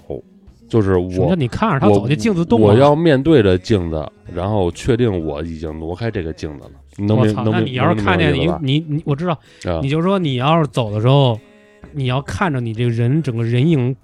S2: 就是
S3: 什么叫
S2: 我。
S3: 你看着他
S2: 我
S3: 走，那镜子动啊了？
S2: 我要面对着镜子，然后确定我已经挪开这个镜子了。你能
S3: 我
S2: 明
S3: 操！
S2: 能
S3: 那
S2: 明
S3: 你要是看见
S2: 能明
S3: 你
S2: 白吧
S3: 你你，我知道，
S2: 啊
S3: 你就说你要是走的时候，你要看着你这个人整个人影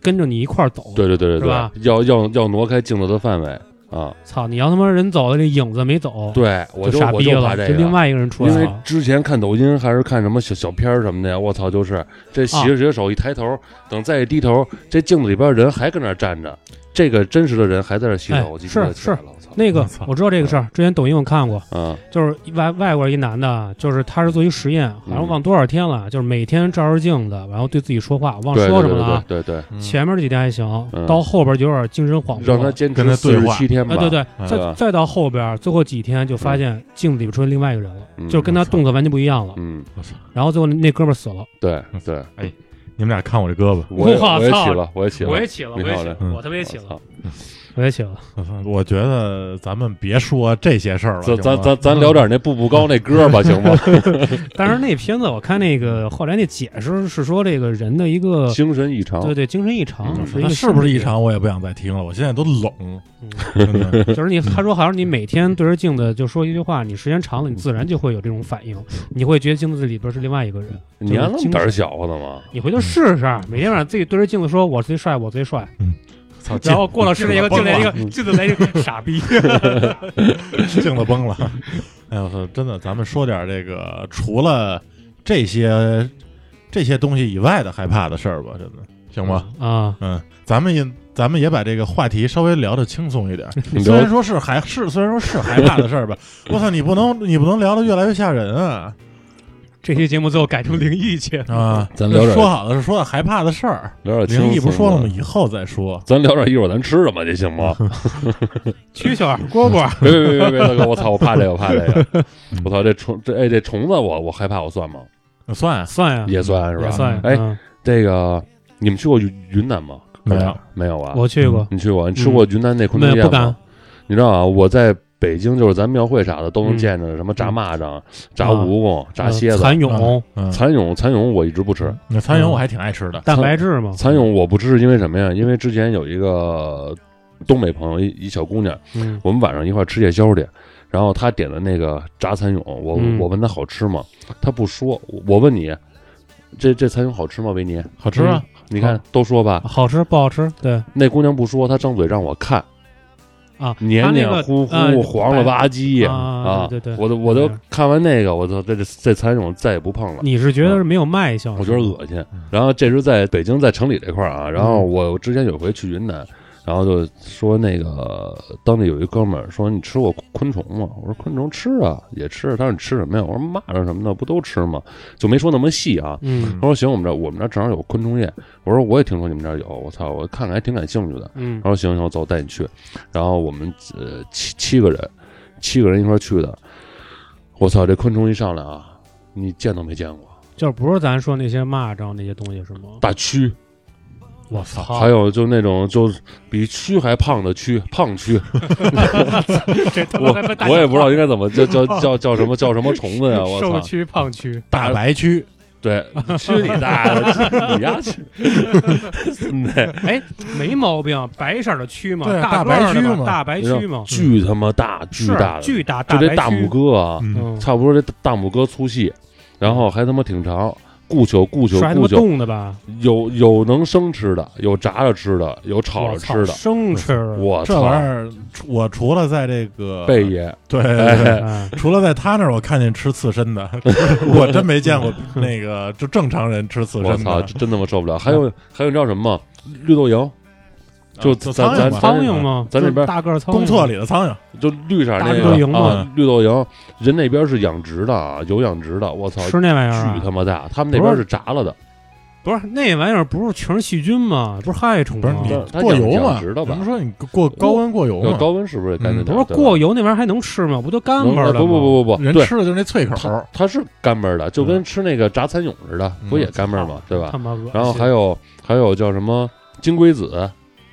S3: 跟着你一块儿走。，
S2: 对对对对
S3: 是吧
S2: 对，要要要挪开镜子的范围啊！
S3: 操！你要他妈人走了，这影子没走，
S2: 对，我
S3: 就
S2: 就
S3: 傻
S2: 我
S3: 逼
S2: 就
S3: 了，
S2: 怕
S3: 就
S2: 这个，
S3: 另外一个人出
S2: 因
S3: 来
S2: 为
S3: 了。
S2: 之前看抖音还是看什么小小片儿什么的呀，我操，就是
S3: 啊
S2: 这洗着洗着手一抬头，等再一低头，这镜子里边人还跟那儿站着，这个真实的人还在这洗
S3: 哎
S2: 手，我记不得
S3: 是
S2: 起来了，我操，
S3: 那个
S1: 我操
S3: 我知
S2: 嗯
S3: 道这个事儿，之前抖音我看过，
S2: 啊
S3: 就是外外国一男的，就是他是做一实验，好像
S2: 嗯
S3: 忘多少天了，就是每天照着镜子，然后对自己说话，忘
S2: 对
S3: 说
S2: 对
S3: 什
S2: 对
S3: 么了啊。
S2: 对对对，
S1: 嗯
S3: 前面这几天还行，
S2: 嗯
S3: 到后边就有点精神恍惚
S2: 让他
S3: 了。
S2: 坚
S1: 跟他
S2: 持
S1: 对
S2: 四十
S1: 话
S2: 七天吧，
S3: 哎，对对，
S1: 嗯
S3: 再、
S2: 对吧
S3: 再到后边，最后几天就发现镜子里出现另外一个人了，
S2: 嗯
S3: 就是跟他动作完全不一样了。
S2: 嗯，
S3: 然后最后那那哥们儿死了，
S2: 对对，
S1: 你们俩看我这胳膊，
S2: 我也
S3: 我
S2: 我也
S3: 操
S2: 起了，我也起了，
S3: 我也起了，我
S2: 你
S3: 也
S2: 看
S3: 起了
S2: 我，
S1: 这
S3: 我他妈也起了
S2: 操，
S3: 我也起了。
S1: 我操我觉得咱们别说这些事儿了，
S2: 咱
S1: 行
S2: 咱
S1: 吗
S2: 咱咱聊点那步步高那歌
S3: *laughs*
S2: 吧，行吗？
S3: 但是那片子我看那个
S2: 嗯
S3: 后来那解释是说这个人的一个
S2: 精神异常
S3: 对，对精神异常，
S2: 嗯
S3: 一
S1: 那
S3: 个
S1: 是不是
S3: 心理
S1: 异？常？我也不想再听了，我现在都冷，
S3: 嗯
S1: 真的
S3: *laughs* 就是
S2: 嗯
S3: 你，他说好像你每天对着镜子就说一句话，你时间
S2: 嗯
S3: 长了，你自然就会有这种反应，你会觉得镜子里边是另外一个人。
S2: 你还
S3: 就是
S2: 那
S3: 精
S2: 么胆儿小呢吗？
S3: 你回头试试，每天晚上自己对着镜子说：“我最帅，我最帅。
S2: 嗯
S3: *laughs*
S1: 操”镜
S3: 然后过了十年以后，
S1: 镜
S3: 镜
S1: 子
S3: 来
S1: 崩
S3: 一个
S1: 了
S3: 镜子来一
S2: *laughs*
S3: 个傻逼。
S1: 镜子崩了。 *laughs* 哎呦我操，真的，咱们说点这个除了这些这些东西以外的害怕的事儿吧，真的行吗？
S3: *laughs* 啊，
S1: 嗯，咱们也咱们也把这个话题稍微聊得轻松一点。
S2: 你
S1: 虽
S2: 聊
S1: 然说是害是虽然说是害怕的事儿吧，我操，你不能你不能聊得越来越吓人啊
S3: 这期节目最后改成灵异去。
S1: 啊！
S2: 咱聊点
S1: 说好的是说的害怕的事儿，
S2: 聊点轻
S1: 灵异不
S2: 松
S1: 说了
S2: 的
S1: 吗？？以后再说。
S2: 咱聊点一会儿咱吃什么去行吗？
S3: 蛐
S2: *laughs*
S3: 蛐儿、蝈蝈，
S2: 别别别别，大哥，我操，我怕这个，我怕这个，我操，这虫这哎这虫子我我害怕，我算吗？
S1: 算啊
S3: 算呀，
S2: 也算是吧？
S3: 也算呀。
S2: 哎
S3: 嗯
S2: 这个你们去过云云南吗？
S1: 没有，
S2: 没有啊？
S3: 我去过，
S2: 你去过？你吃过云南那昆
S3: 没
S2: 明
S3: 有
S2: 宴
S3: 不敢
S2: 吗？你知道啊，我在北京就是咱庙会啥的都
S3: 嗯
S2: 能见着，什么炸蚂蚱、炸
S3: 啊
S2: 蜈蚣、炸蝎子、啊
S3: 蚕蛹、
S1: 嗯，
S2: 蚕蛹，蚕蛹我一直不吃。
S1: 那蚕蛹我还挺爱吃的。
S3: 蛋白质嘛。
S2: 蚕蛹我不吃是因为什么呀？因为之前有一个东北朋友，一一小姑娘，
S3: 嗯
S2: 我们晚上一块儿吃夜宵去，然后他点的那个炸蚕蛹，我、
S3: 嗯
S2: 我问他好吃吗？他不说。我我问你，这这蚕蛹好吃吗？维尼，
S1: 好吃啊！
S2: 你看、都说吧，
S3: 好吃不好吃？对
S2: 那姑娘不说，她张嘴让我看，
S3: 啊，
S2: 黏
S3: 它那
S2: 黏
S3: 个
S2: 糊糊、
S3: 呃
S2: 黄了吧唧
S3: 啊对对对
S2: 我都我都
S3: 对
S2: 看完那个，我都这这这蚕蛹再也不碰了。
S3: 你是觉得是没嗯有卖相？
S2: 我觉得恶心。然后这是在北京，在城里这块儿啊。然后
S3: 嗯
S2: 我之前有回去云南，然后就说那个当地有一哥们儿说你吃过昆虫吗？我说昆虫吃啊，也吃。他说你吃什么呀？我说蚂蚱什么的不都吃吗？就没说那么细啊。
S3: 嗯
S2: 他说行，我们这我们这正好有昆虫业。我说我也听说你们这儿有，我操，我看看还挺感兴趣的。
S3: 嗯
S2: 他说行行，走，带你去。然后我们呃七七个人，七个人一块儿去的。我操，这昆虫一上来啊，你见都没见过，
S3: 就是不是咱说那些蚂蚱那些东西是吗？
S2: 大蛆。
S3: 我操，
S2: 还有就那种就是比蛆还胖的蛆，胖蛆，
S3: 这他
S2: 我
S3: 妈他 *laughs* 妈大
S2: 我也不知道应该怎么叫叫叫叫什么叫什么虫子呀！我
S3: 瘦
S2: 操，
S3: 区胖区，
S1: 大白蛆，
S2: 对，去你大爷，你丫去，对，
S3: 哎，没毛病，白色的蛆嘛，
S1: 对啊
S3: 大
S1: 大白
S3: 段儿的
S1: 蛆
S3: 嘛，
S1: 嘛
S3: 大白蛆嘛，
S2: 巨他妈大，巨
S3: 是啊
S2: 大的，
S3: 巨大，
S2: 就这
S3: 白
S2: 大
S3: 蛆
S2: 拇，哥啊，
S1: 嗯，
S3: 嗯，
S2: 差不多这大拇哥粗细，然后还他妈挺长，固球固球
S3: 是还他
S2: 固
S3: 妈
S2: 球，
S3: 冻的吧？
S2: 有有能生吃的，有炸着吃的，有炒
S3: 我
S2: 着
S3: 操
S2: 吃的，嗯
S3: 生吃的，
S2: 我
S1: 这
S2: 操，
S1: 玩意儿我除了在这个
S2: 贝爷
S1: 对对
S2: *laughs*
S1: 对，
S3: 哎
S1: 除了在他那儿我看见吃刺身的， *laughs* 我真没见过那个就正常人吃刺
S2: 我
S1: 身
S2: 操，
S1: 的，
S2: 这真他妈受不了。还有还有，你知道什么吗？绿豆蝇，就
S1: 啊就苍
S2: 咱咱
S1: 蝇嘛，
S3: 苍蝇吗？
S2: 咱这
S3: 就是
S2: 边
S3: 大个儿苍蝇，
S1: 公厕里的苍蝇，
S2: 就绿色那
S3: 大绿豆
S2: 个
S3: 蝇嘛
S2: 啊，绿豆蝇，人那边是养殖的啊，有养殖的，我操，巨
S3: 吃那玩意儿啊，
S2: 他妈大，他们那边是炸了的，
S3: 不是那玩意儿，不是全是细菌吗？不是害虫
S1: 不是
S3: 吗？
S1: 你
S2: 对它
S1: 过
S2: 养
S1: 油嘛？
S2: 养殖的吧哦
S1: 人说你过高温过油
S2: 要
S1: 嘛？
S2: 高温是不是也干净
S1: 嗯
S2: 点
S3: 不
S2: 儿？
S3: 是
S2: 对吧
S3: 过油那玩意儿还能吃吗？不都干
S2: 能
S3: 巴儿
S2: 呃
S3: 了吗？嗯
S2: 不不不不不，
S1: 人
S2: 对，
S1: 吃的就是那脆口
S2: 它
S1: 儿，
S2: 它是干巴儿的，就跟吃那个炸蚕蛹似的，
S1: 嗯
S2: 不也干巴儿吗？对吧
S3: 他？妈恶心
S2: 然后还有还有叫什么金龟子，
S1: 啊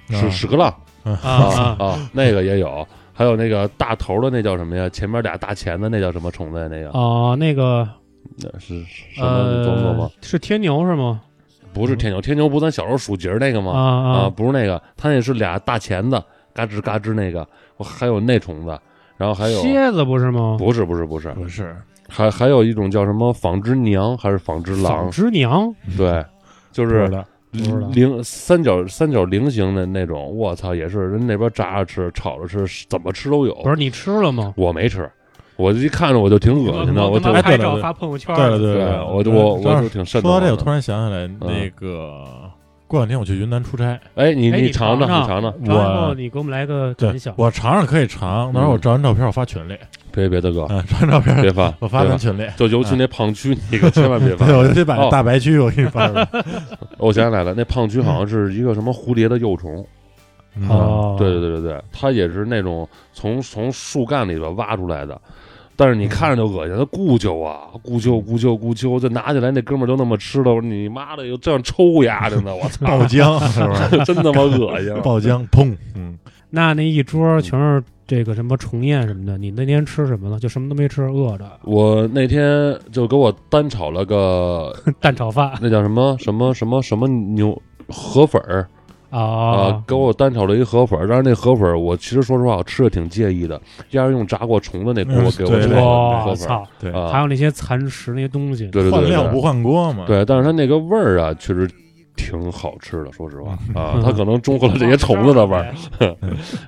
S2: 屎屎
S3: *laughs*
S2: 壳郎
S3: 啊
S2: *laughs*
S3: 啊，
S2: 啊，那个也有，还有那个大头的那叫什么呀？前面俩大钳子那叫什么虫子呀？那个
S3: 哦，那个
S2: 那是是什么东东
S3: 呃
S2: 吗？
S3: 是天牛是吗？
S2: 不是天牛，天牛不咱小时候数节儿那个
S3: 啊
S2: 吗？啊，
S3: 啊，
S2: 不是那个，它那是俩大钳子，嘎吱嘎吱那个，我还有那虫子，然后还有
S3: 蝎子不是吗？
S2: 不是不是不是，
S1: 不是
S2: 还还有一种叫什么纺织娘还是纺织
S3: 纺
S2: 狼？
S3: 织娘
S2: 对，就
S1: 不嗯
S2: 是
S1: 的，
S3: 不知道
S2: 菱三角三角菱形的那种，我操，也是人那边炸着吃、炒着吃，怎么吃都
S3: 不
S2: 有。
S3: 是你吃了吗？
S2: 我没吃，我一看着我就挺恶心的，
S3: 我
S2: 我
S3: 他
S2: 挺
S3: 妈
S1: 哎对了
S3: 拍照
S1: 对
S3: 发朋友圈
S1: 对
S3: 儿，
S1: 了对
S2: 对
S1: 了，
S2: 我就我
S1: 当
S2: 我
S1: 时
S2: 就挺
S1: 说
S2: 瘆得
S1: 到
S2: 慌
S1: 这
S2: 的。
S1: 个，突然想起来，
S2: 嗯
S1: 那个过两天我去云南出差，
S2: 哎，你
S3: 哎你
S2: 尝
S3: 尝
S2: 你尝尝，
S3: 然后
S1: 我
S3: 你给我们来个
S1: 对
S3: 感想，
S1: 我尝尝可以尝，到时候我照完照片我发群里，
S2: 别别大哥，
S1: 嗯，照完照片
S2: 嗯啊别发，
S1: 我发
S2: 别
S1: 咱
S2: 发，
S1: 群里，
S2: 就尤其那胖蛆那个，千万别发。
S1: 对，我就得把那
S2: 哦
S1: 大白蛆我给你发出来，
S2: 我想起来了，那胖蛆好像是一个什么蝴蝶的幼虫，
S1: 嗯
S3: 哦，
S2: 对对对对对，它也是那种从从树干里边挖出来的，但是你看着就恶心，它固啾啊，固啾固啾固啾，这拿起来那哥们儿都那么吃了，我说你妈的有这样抽牙的呢，我
S1: 嗯
S2: 操， *laughs*
S1: 爆浆是不是？
S2: 真他妈
S1: *laughs*
S2: 恶心！
S1: 爆浆，砰，嗯，
S3: 那那一桌全是这个什么虫宴什么的，你那天吃什么了？就什么都没吃，饿着
S2: 我那天就给我单炒了个
S3: 蛋炒饭
S2: 那叫什么什么什么什么牛河粉儿
S1: 嗯
S2: 啊、
S3: 啊，
S2: 给我单炒了一河粉儿，但是那河粉儿我其实说实话我吃的挺介意的，要是用炸过虫子那锅
S1: 嗯
S2: 给我
S1: 对
S2: 炒
S1: 对
S2: 的
S3: 我
S2: 河粉儿
S3: 操，
S1: 对，
S2: 啊，
S3: 还有那些蚕食那些东西，
S2: 对对对
S1: 换
S2: 对
S1: 料不
S2: 对，
S1: 换锅嘛，
S2: 对，但是它那个味儿啊，确实挺好吃的，说实话啊
S3: 嗯，
S2: 它可能中和了这些虫子的
S1: *laughs*
S2: 味儿，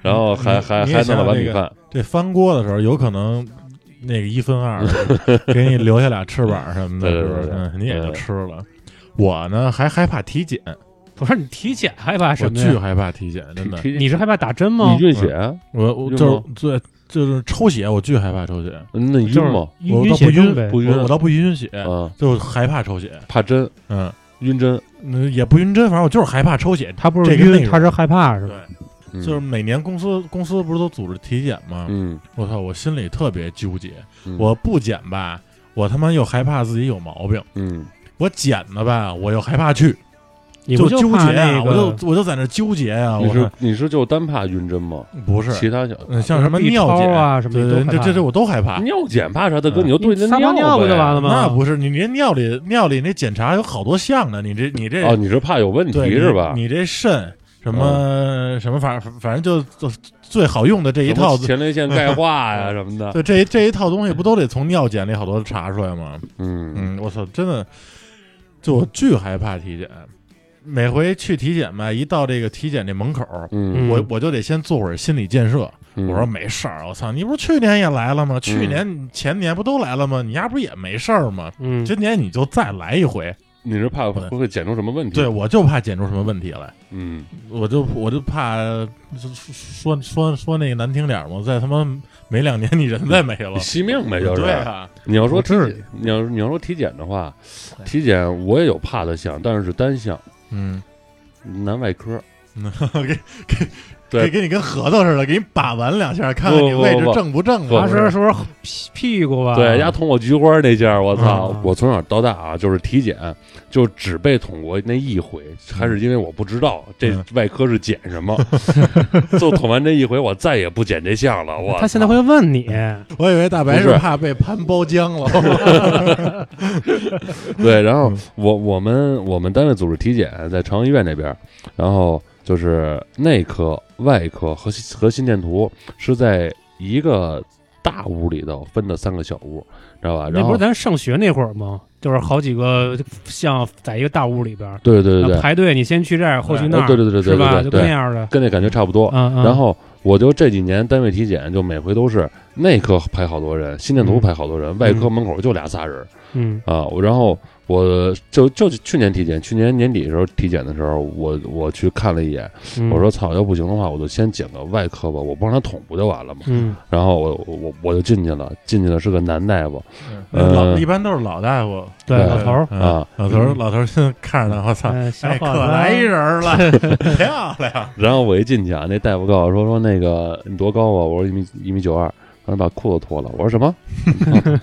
S2: 然后还还
S1: 嗯你
S2: 还
S1: 也
S2: 弄了
S1: 想
S2: 碗
S1: 那
S2: 米
S1: 个
S2: 饭，
S1: 这翻锅的时候，有可能那个一分
S2: *laughs*
S1: 二，给你留下俩翅膀什么的，
S2: 对
S1: 是
S2: 对
S1: 不是？
S2: 对对
S1: 嗯你也就
S2: 对
S1: 吃了。我呢还害怕体检，
S3: 不是你体检害怕
S1: 我
S3: 什么
S1: 巨
S3: 呀？
S1: 害怕体检，真的。
S2: 提
S3: 你是害怕打针吗
S2: 你？晕血，啊
S1: 我我
S2: 晕
S1: 就
S2: 吗
S1: 是最就是抽血，我巨害怕抽血，
S2: 嗯那你
S3: 就
S2: 晕
S3: 是
S2: 吗？
S1: 我
S3: 晕
S1: 倒
S3: 血
S1: 不
S3: 症
S1: 晕
S3: 呗
S2: 不。晕
S1: 我我倒不晕血，
S2: 啊，
S1: 就害怕抽血。
S2: 怕针
S1: 嗯，
S2: 晕针，
S1: 嗯也不晕针，反正我就是害怕抽血。
S3: 他不是
S1: 这个内
S3: 晕，
S1: 容
S3: 他是害怕是吧？
S2: 嗯
S1: 就是每年公司公司不是都组织体检吗？
S2: 嗯，
S1: 我操，我心里特别纠结。
S2: 嗯
S1: 我不检吧，我他妈又害怕自己有毛病；
S2: 嗯
S1: 我检了吧，我又害怕去。
S3: 你
S1: 就
S3: 不
S1: 纠
S3: 怕
S1: 结啊！
S3: 那
S1: 我
S3: 个
S1: 就我就在那纠结啊！
S2: 你
S1: 我
S2: 是
S1: 说
S2: 你是就单怕晕针吗？
S1: 不是，
S2: 其他小
S1: 嗯，像什么
S3: B
S1: 尿
S3: 超
S1: 检
S3: 啊什么
S1: 对
S3: 的
S1: 对，
S3: 都
S1: 这
S3: 害
S1: 这
S3: 怕
S1: 这我都害怕。
S2: 尿检怕啥？大哥，
S1: 嗯
S2: 你就对
S3: 你
S2: 那
S3: 撒泡尿不
S2: 呗
S3: 就完了吗？
S1: 那不是你，你尿里尿里那检查有好多项呢，你这你这
S2: 哦，你是怕有问题
S1: 嗯对
S2: 是吧？嗯
S1: 你你这肾什么什么，反正反正就就最好用的这一
S2: 什么
S1: 套，嗯
S2: 前列腺钙
S1: *laughs*
S2: 化呀什么的，
S1: 对这一这一套东西不都得从尿检里好多查出来吗？
S2: 嗯
S1: 嗯，我操，真的，就我巨害怕体检，每回去体检吧，一到这个体检这门口，
S2: 嗯
S1: 我我就得先做会儿心理建设。
S2: 嗯，
S1: 我说没事儿，我操，你不是去年也来了吗？去年、前年不都来了吗？你丫不是也没事儿吗？
S3: 嗯，
S1: 今年你就再来一回。
S2: 你是怕会会检出什么问题？
S1: 对，，我就怕检出什么问题来，
S2: 嗯，
S1: 我就我就怕说说说说那个难听点儿嘛，再他妈没两年你人再没了
S2: 你，惜命呗，嗯就是
S1: 对。啊，
S2: 你要说体
S3: 不至于
S2: 检，你要你要说体检的话，体检我也有怕的项，但是是单项，
S1: 嗯，
S2: 男外科。
S1: *laughs* 给给
S2: 对
S1: 给给你跟核桃似的，给你把玩两下，看看
S2: 不
S1: 你位置
S2: 不不
S1: 正不正
S2: 不
S1: 啊。
S3: 当
S2: 不
S1: 是
S3: 时是不是屁屁股
S1: 啊
S3: 吧？
S2: 对，丫捅我菊花那件儿，我操！
S3: 嗯嗯
S2: 我从小到大啊，就是体检，就只被捅过那一回，还是因为我不知道这
S1: 嗯
S2: 外科是检
S1: *laughs*
S2: 什么，就捅完这一回，我再也不检这项了。我
S3: 他现在
S2: 操
S3: 会问你，
S1: 我以为大白
S2: 不
S1: 是
S2: 是
S1: 怕被潘包浆了。
S2: 对，然后
S1: 嗯
S2: 我我们我们单位组织体检在朝阳医院那边儿，然后就是内科、外科和心和心电图是在一个大屋里头分的三个小屋，知道吧？
S3: 那
S2: 然
S3: 不
S2: 后
S3: 是咱上学那会儿吗？就是好几个像在一个大屋里边儿，
S2: 对对对
S3: 然后
S2: 对，
S3: 排队，你先去这啊儿，后去那
S2: 哦
S3: 儿，
S2: 对对对对对
S3: 是吧？
S2: 对
S3: 就
S2: 对
S3: 那样的，
S2: 跟那感觉差不多。
S3: 嗯嗯。
S2: 然后我就这几年单位体检，就每回都是内科排好多人，心电图
S3: 嗯
S2: 排好多人，外科门口就俩仨人儿
S3: 嗯
S2: 啊。我然后我就就去年体检，去年年底的时候体检的时候，我我去看了一眼，
S3: 嗯，
S2: 我说操，要不行的话，我就先检个外科吧，我不让他捅不就完了吗？
S3: 嗯
S2: 然后我我我我就进去了，进去了是个男大夫 *laughs* 嗯
S1: 老一般都是老大夫，
S3: 对
S2: 对
S3: 老头儿
S1: 嗯
S2: 啊，
S1: 老头儿，老头儿现在看着他，我操，
S3: 哎，小
S1: 哎，
S3: 伙
S1: 可
S3: 子，
S1: 来一人儿了，
S2: *laughs*
S1: 漂亮。
S2: 然后我一进去啊，那大夫告诉我说说那个你多高啊？我说一米一米九二。他说把裤子脱了。我说什么？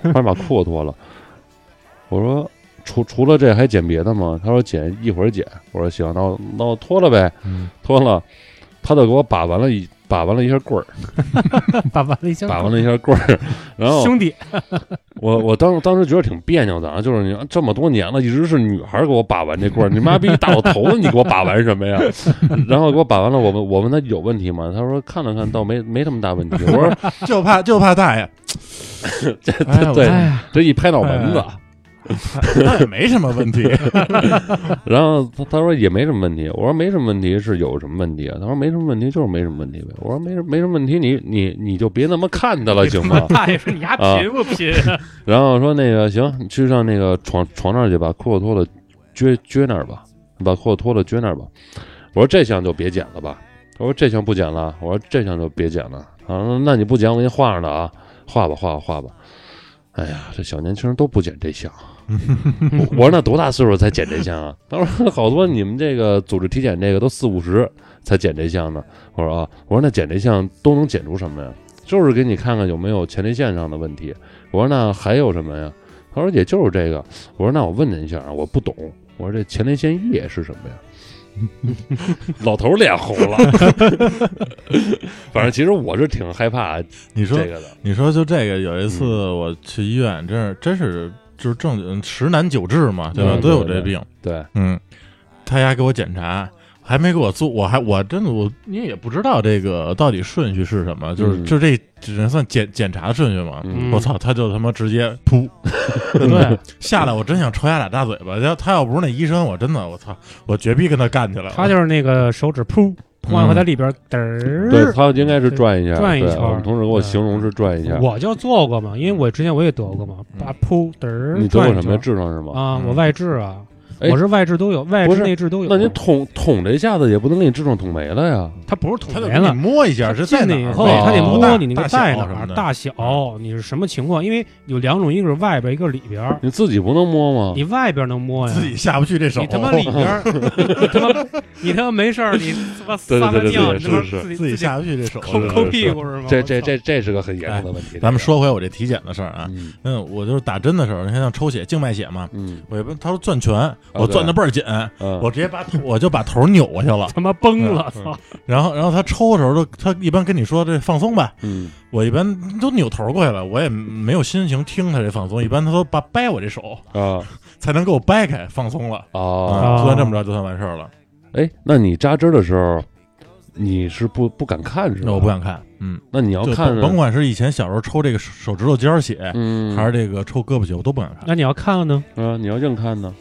S2: 他说把裤子脱了。我说除除了这还剪别的吗？他说剪一会儿剪。我说行，那我那我脱了呗，
S1: 嗯，
S2: 脱了。他就给我把玩了一把玩了一下棍儿，
S3: 把完了一箱，
S2: 把玩了一下棍儿。 *laughs* 然后
S3: 兄弟，哎
S2: 我我当当时觉得挺别扭的啊，就是你这么多年了，一直是女孩给我把玩这棍儿，你妈逼大老头子，你给我把玩什么呀？ *laughs* 然后给我把完了，我问我问他有问题吗？他说看了看，倒没没什么大问题。我说
S1: 就怕就怕大
S2: *laughs*
S1: 爷，这
S2: 对
S3: 哎呀，
S2: 这一拍脑门子，
S1: 那也没什么问题。
S2: *laughs* 然后他他说也没什么问题。我说没什么问题是有什么问题啊？他说没什么问题就是没什么问题呗。我说没什没什么问题，你你你就别那么看他了行吗？啊
S3: *laughs* 大爷说你丫贫不
S2: *laughs*
S3: 贫？
S2: 然后说那个行，你去上那个床床那儿去吧，裤子脱了，撅撅那儿吧，你把裤子脱了撅那儿吧。我说这项就别剪了吧，我说这项不剪了，我说这项就别剪了啊，那你不剪我给你画上了啊，画吧画吧画吧。哎呀，这小年轻人都不剪这项。我我说那多大岁数才剪这项啊？他说好多你们这个组织体检这个都四五十才剪这项呢。我说啊，我说那剪这项都能剪出什么呀？就是给你看看有没有前列腺上的问题。我说那还有什么呀？他说也就是这个。我说那我问您一下啊，我不懂。我说这前列腺液是什么呀？ *laughs* 老头儿脸红了， *laughs* 反正其实我是挺害怕
S1: 你
S2: 这
S1: 说
S2: 个嗯的。
S1: 你说就这个，有一次我去医院，真是真是就是正经十男九痔嘛，对吧？
S2: 嗯
S1: 都有
S2: 对
S1: 这
S2: 对
S1: 病。
S2: 对，
S1: 嗯，他家给我检查，还没给我做，我还我真的我因为也不知道这个到底顺序是什么，就是、
S2: 嗯
S1: 就这只能算检检查顺序嘛。
S2: 嗯
S1: 我操，他就他妈直接
S3: *laughs*
S1: 噗，
S3: 嗯
S1: 对，下来我真想抽他俩大嘴巴。要他要不是那医生，我真的我操，我绝逼跟他干起来了。
S3: 他就是那个手指噗，往回它里边嘚儿，
S2: 嗯对他应该是转一下，
S3: 转一
S2: 对
S3: 圈
S2: 我们同事给我形容是转一下。嗯
S3: 我就做过嘛，因为我之前我也得过嘛，
S1: 嗯
S3: 把噗嘚儿
S2: 你得过
S3: 转一
S2: 什么呀？
S3: 圈
S2: 痔疮是吗？
S3: 啊？
S1: 嗯
S3: 我外痔啊，
S2: 哎
S3: 我是外痔都有，外
S2: 不
S3: 痔
S2: 是
S3: 内痔都有。
S2: 那您捅捅这一下子也不能给你痔疮捅没了呀？
S3: 他不是
S1: 他
S3: 捅
S1: 得
S3: 没
S1: 给你
S3: 了，
S1: 摸一下，
S3: 他
S1: 是在
S3: 进
S1: 哪
S3: 来以
S1: 儿
S3: 后
S2: 哦
S3: 他得
S1: 大
S3: 摸你那个
S1: 大
S3: 在
S1: 小啊
S3: 哪
S1: 什
S3: 儿
S1: 么，的嗯
S3: 大小你是什么情况？因为有两种，一个是外边，一个是里边儿。
S2: 你自己不能摸吗？
S3: 你外边能摸呀？
S1: 自己下不去这手，
S3: 你
S1: *laughs*
S3: 他妈里边儿， *laughs* 你他妈你他妈没事儿，你他妈撒
S2: 对对
S3: 撒
S2: 对对
S3: 尿，
S2: 对
S3: 你他妈
S2: 是是
S3: 自己
S1: 自己下不去这手。
S3: 抠
S2: 是是
S3: 抠屁股是吗？
S2: 这
S3: 我
S2: 这
S3: 操，哎
S2: 这这是个很严重的问题。
S1: 咱们，说回我这体检的事儿啊，
S2: 嗯
S1: 嗯，我就是打针的时候，你看像抽血、静脉血嘛，
S2: 嗯
S1: 我也不，他说攥拳，我
S2: 对
S1: 攥的倍儿紧，
S2: 嗯，
S1: 我直接把头我就把头扭过去了。
S3: 他妈崩了，
S2: 嗯
S3: 操！
S1: 然后，然后他抽的时候都，他一般跟你说这放松吧，
S2: 嗯
S1: 我一般都扭头过去了，我也没有心情听他这放松，一般他都把掰我这手
S2: 啊
S1: 才能给我掰开放松了。
S3: *laughs*
S2: 啊！
S1: 啊，就算这么着就算完事儿了。
S2: 哎，那你扎针的时候，你是不不敢看是吧？
S1: 那我不。想看，嗯，
S2: 那你要
S1: 就
S2: 看
S1: 甭，甭管是以前小时候抽这个手手指头尖儿血，
S2: 嗯，
S1: 还是这个抽胳膊血，我都不敢看。
S3: 那你要看看呢？
S2: 啊？你要硬看呢？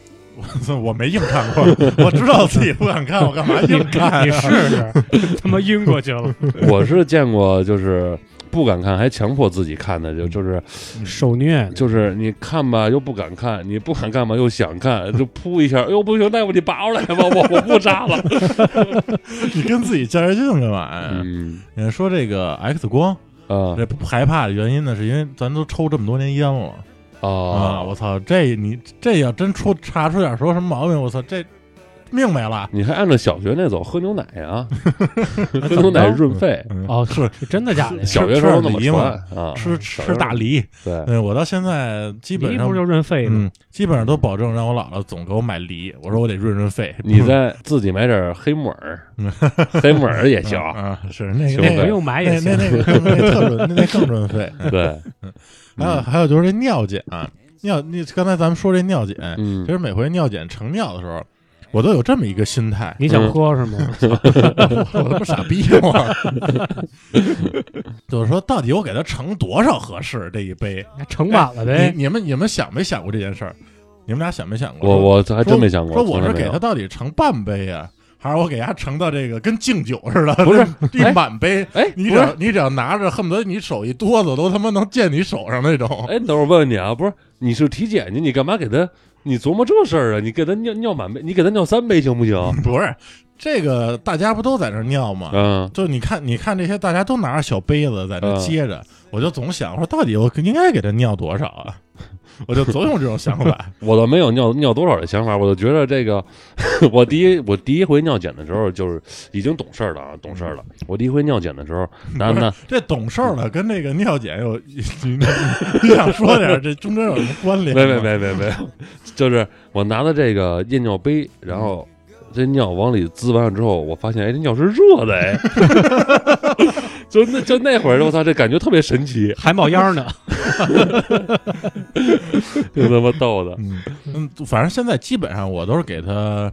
S1: *laughs* 我没硬看过，我知道自己不敢看，我干
S2: *laughs*
S1: 嘛硬看
S3: 你
S1: 啊？
S3: 试试， *laughs* 他妈晕过去了，
S2: 我是见过，就是不敢看，还强迫自己看的，
S1: 嗯
S2: 就就是
S3: 受虐。
S2: 就是你看吧又不敢看，你不敢看吧又想看，就扑一下，哎呦不行，大夫你拔出来吧，我我不扎了。
S1: 你 *laughs* 跟自己较劲干嘛呀？
S2: 嗯
S1: 你说这个 X 光，
S2: 啊
S1: 这不害怕的原因呢，是因为咱都抽这么多年烟了啊！
S2: 啊
S1: 我操，这你这要真出查出点说什么毛病，我操，这命没了。
S2: 你还按照小学那走，喝牛奶
S1: *laughs*
S2: 呀，喝牛奶润肺。
S1: 嗯
S3: 哦，是是真的假的呀？
S2: 小学时候那么
S1: 吃
S2: 传
S1: 嘛
S2: 啊，
S1: 吃
S2: 小
S1: 吃
S2: 时
S1: 大
S2: 候
S1: 梨，
S2: 对，
S1: 嗯，我到现在基本
S3: 梨
S1: 上
S3: 不是就润肺吗？
S1: 嗯，基本上都保证让我姥姥总给我买梨，我说我得润润肺。
S2: 你再自己买点黑
S1: *laughs*
S2: 木耳，黑木耳也行。
S1: 啊，是那
S2: 行
S1: 个
S2: 呗
S1: 那
S3: 不
S1: 个
S3: 用买也
S1: 那
S3: 行
S1: 那。那个更那特润，那那更润肺。
S2: 对，
S1: 还有还有就是这尿检啊，尿你刚才咱们说这尿检，
S2: 嗯
S1: 其，实每回尿检盛尿的时候，我都有这么一个心态，
S3: 你想喝是吗？
S1: *laughs* 我他妈傻逼吗？ *laughs* 就是说到底我给他盛多少合适这一杯？
S3: 那 *laughs* 盛满了
S2: 哎
S3: 呗
S1: 嗯你。你们你们想没想过这件事儿？你们俩想没想过？
S2: 我我还真没想过，
S1: 说我
S2: 从来
S1: 是
S2: 没
S1: 给
S2: 有
S1: 他到底盛半杯呀、还是我给他盛到这个跟敬酒似的， *laughs*
S2: 不是
S1: 一满杯？
S2: 哎，
S1: 你
S2: 不
S1: 只
S2: 是
S1: 要你只要拿着，恨不得你手一哆嗦都他妈能溅你手上那种。
S2: 哎，等会儿问问你啊，不是你是体检去，你干嘛给他？你琢磨这事儿啊？你给他尿尿满杯，你给他尿三杯 *laughs* 行不行？
S1: 不是，这个大家不都在那儿尿
S2: *laughs*
S1: 吗？
S2: 嗯，
S1: 就是你看，你看这些大家都拿着小杯子在那
S2: 嗯
S1: 接着，我就总想说，到底我应该给他尿多少啊？ *laughs* 我就总有这种想
S2: *laughs*
S1: 法。
S2: 我倒没有尿尿多少的想法，我就觉得这个， *laughs* 我第一我第一回尿检的时候就是已经懂事儿了啊，懂事儿了。
S1: 嗯
S2: 我第一回尿检的时候，那那
S1: 这懂事儿了跟这个尿检有， *laughs* 你你你想说点儿这中间有什么关联？
S2: 没没，没没没， *laughs* 就是我拿的这个验尿杯，然后这尿往里滋完了之后，我发现哎，这尿是热的哎， *laughs* 就那就那会儿，我操，这感觉特别神奇，
S3: 还冒烟呢，
S2: 就他妈
S1: *laughs*
S2: 逗的。
S1: 嗯嗯，反正现在基本上我都是给他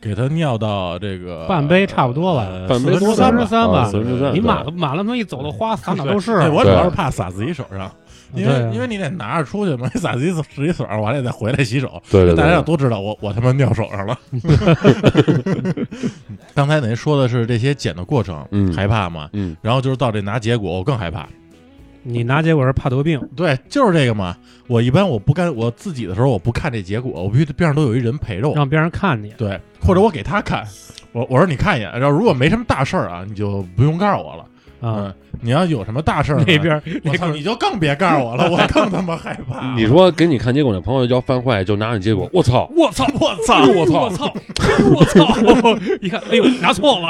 S1: 给他尿到这个
S3: *laughs* 半杯差不多了
S1: 呃
S2: 半杯
S1: 四分
S2: 多
S1: 之吧
S2: 了
S1: 哦
S3: 吧啊
S2: 四分之三对
S3: 你满了满了他妈一走的花洒哪都是。
S1: *laughs* 哎我主
S2: 对
S1: 要是怕洒自己手上，因为、
S3: 对啊
S1: 因为你得拿着出去嘛，洒自己手 *laughs* 自己手上，我还得再回来洗手。
S2: 对对对
S1: 大家要都知道我我他妈尿手上了。 *laughs* 刚才您说的是这些检的过程，
S2: 嗯
S1: 害怕吗？
S2: 嗯，
S1: 然后就是到这拿结果，我更害怕。
S3: 你拿结果是怕得病，
S1: 对，就是这个嘛。我一般我不干我自己的时候，我不看这结果，我必须边上都有一人陪着我。
S3: 让别人看你。
S1: *laughs*
S3: 啊
S1: 对，或者我给他看，我我说你看一眼，然后如果没什么大事儿啊，你就不用告诉我了。
S3: 啊，
S1: 嗯，你要有什么大事儿呢，
S3: 那边
S1: 我操，你就更别告诉我了，我更他妈害怕。
S2: 你说给你看结果那朋友要犯坏，就拿你结果，我操！
S3: 我操！
S1: 我操，
S3: 我操！我操！
S1: *laughs*
S3: 我操！一看，哎呦，拿错了。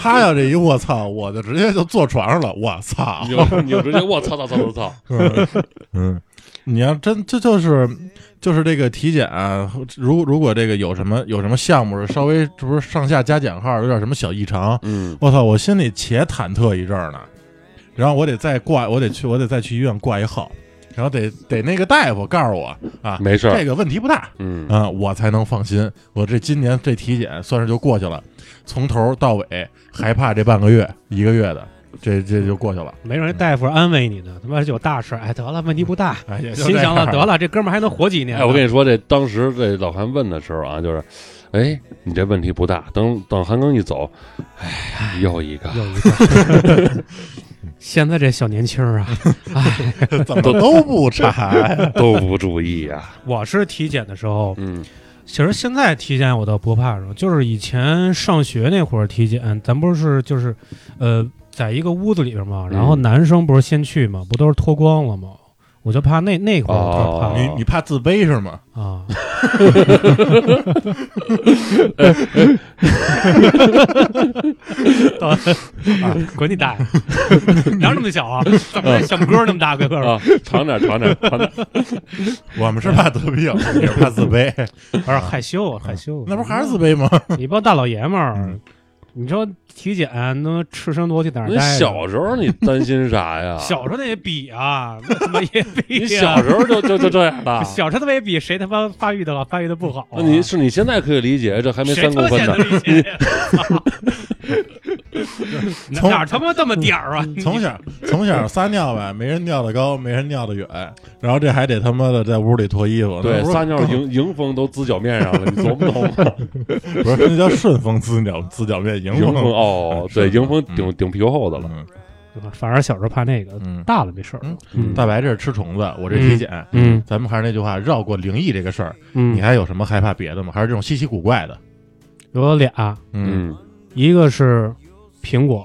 S1: 他要这一我操，我就直接就坐床上了。我操
S2: 你，就你就直接我操操操操
S1: *laughs*
S2: 操！
S1: 嗯，你要真这就是就是这个体检、啊，如如果这个有什么有什么项目是稍微这不是上下加减号有点什么小异常，
S2: 嗯，
S1: 我操，我心里且忐忑一阵儿呢，然后我得再挂，我得去，我得再去医院挂一号，然后得得那个大夫告诉我啊，
S2: 没事儿
S1: 这。个问题不大，
S2: 嗯，
S1: 啊，我才能放心。我这今年这体检算是就过去了，从头到尾害怕这半个月一个月的，这这就过去了。
S3: 没让人大夫安慰你呢，他妈有大事儿，哎，得了，问题不大。
S1: 哎，也就
S3: 心
S1: 这
S3: 想了，
S1: 样
S3: 得，了，这哥们儿还能活几年呢？
S2: 哎，我跟你说，这当时这老韩问的时候啊，就是，哎，你这问题不大。等等，韩庚一走，哎，又一个，
S3: 有一个。 *laughs* 现在这小年轻儿啊，哎，
S1: *laughs* 怎么都不查呀。
S2: 都不注意呀、
S3: *laughs* 我是体检的时候，
S2: 嗯
S3: 其实现在体检我倒不怕什么，就是以前上学那会儿体检，咱不是就是，呃，在一个屋子里边嘛，然后
S2: 嗯
S3: 男生不是先去嘛，不都是脱光了吗？我就怕那那会儿我特
S1: 你你怕自卑是吗？
S3: 怕
S1: *laughs*
S3: 啊，到滚
S1: *laughs*
S3: 你大爷！哪有那么小啊？怎么小拇哥那么大个个儿？
S2: 啊，长点，长点，长点。
S1: 我们是怕得病，也是怕自卑，
S3: 有点害羞，害羞。
S1: 那不还是自卑吗？
S3: 你帮大老爷们儿
S1: 嗯，
S3: 你说体检能赤身裸体在那儿
S2: 那
S3: 待着？
S2: 小时候你担心啥呀？
S3: 小时候那也比
S2: *laughs*
S3: 啊，那他妈也比
S2: 你
S3: 啊。。
S2: 小时候就就就这样的
S3: *laughs* 小时候他妈也比谁他妈发育的好，发育的不好啊。
S2: 那你是你现在可以理解，这还没
S3: 谁
S2: 三
S3: 他
S2: 公分
S3: 妈显
S2: 呢
S3: 得。理解？操
S1: 从
S2: *laughs*
S3: 哪哪儿他妈这么点儿啊？你
S1: *laughs* 从小从小撒尿呗，没人尿的高，没人尿的远，然后这还得他妈的在屋里脱衣服，
S2: 对
S1: 那，不是
S2: 撒尿迎迎风都滋脚面上了，你琢磨琢磨。
S1: 不是那叫顺风滋脚滋脚面，迎
S2: 迎风哦，对，
S1: 是
S2: 迎风
S1: 嗯
S2: 顶顶屁股后头了。
S1: 嗯
S3: 反而小时候怕那个，
S1: 嗯，
S3: 大了没事儿了。嗯
S1: 大白这是吃虫子，我这体检，
S3: 嗯
S1: 咱们还是那句话，绕过灵异这个事儿，
S3: 嗯
S1: 你，还有什么害怕别的吗？还是这种稀奇古怪的？
S3: 有俩，
S1: 嗯，
S2: 嗯，
S3: 一个是苹果，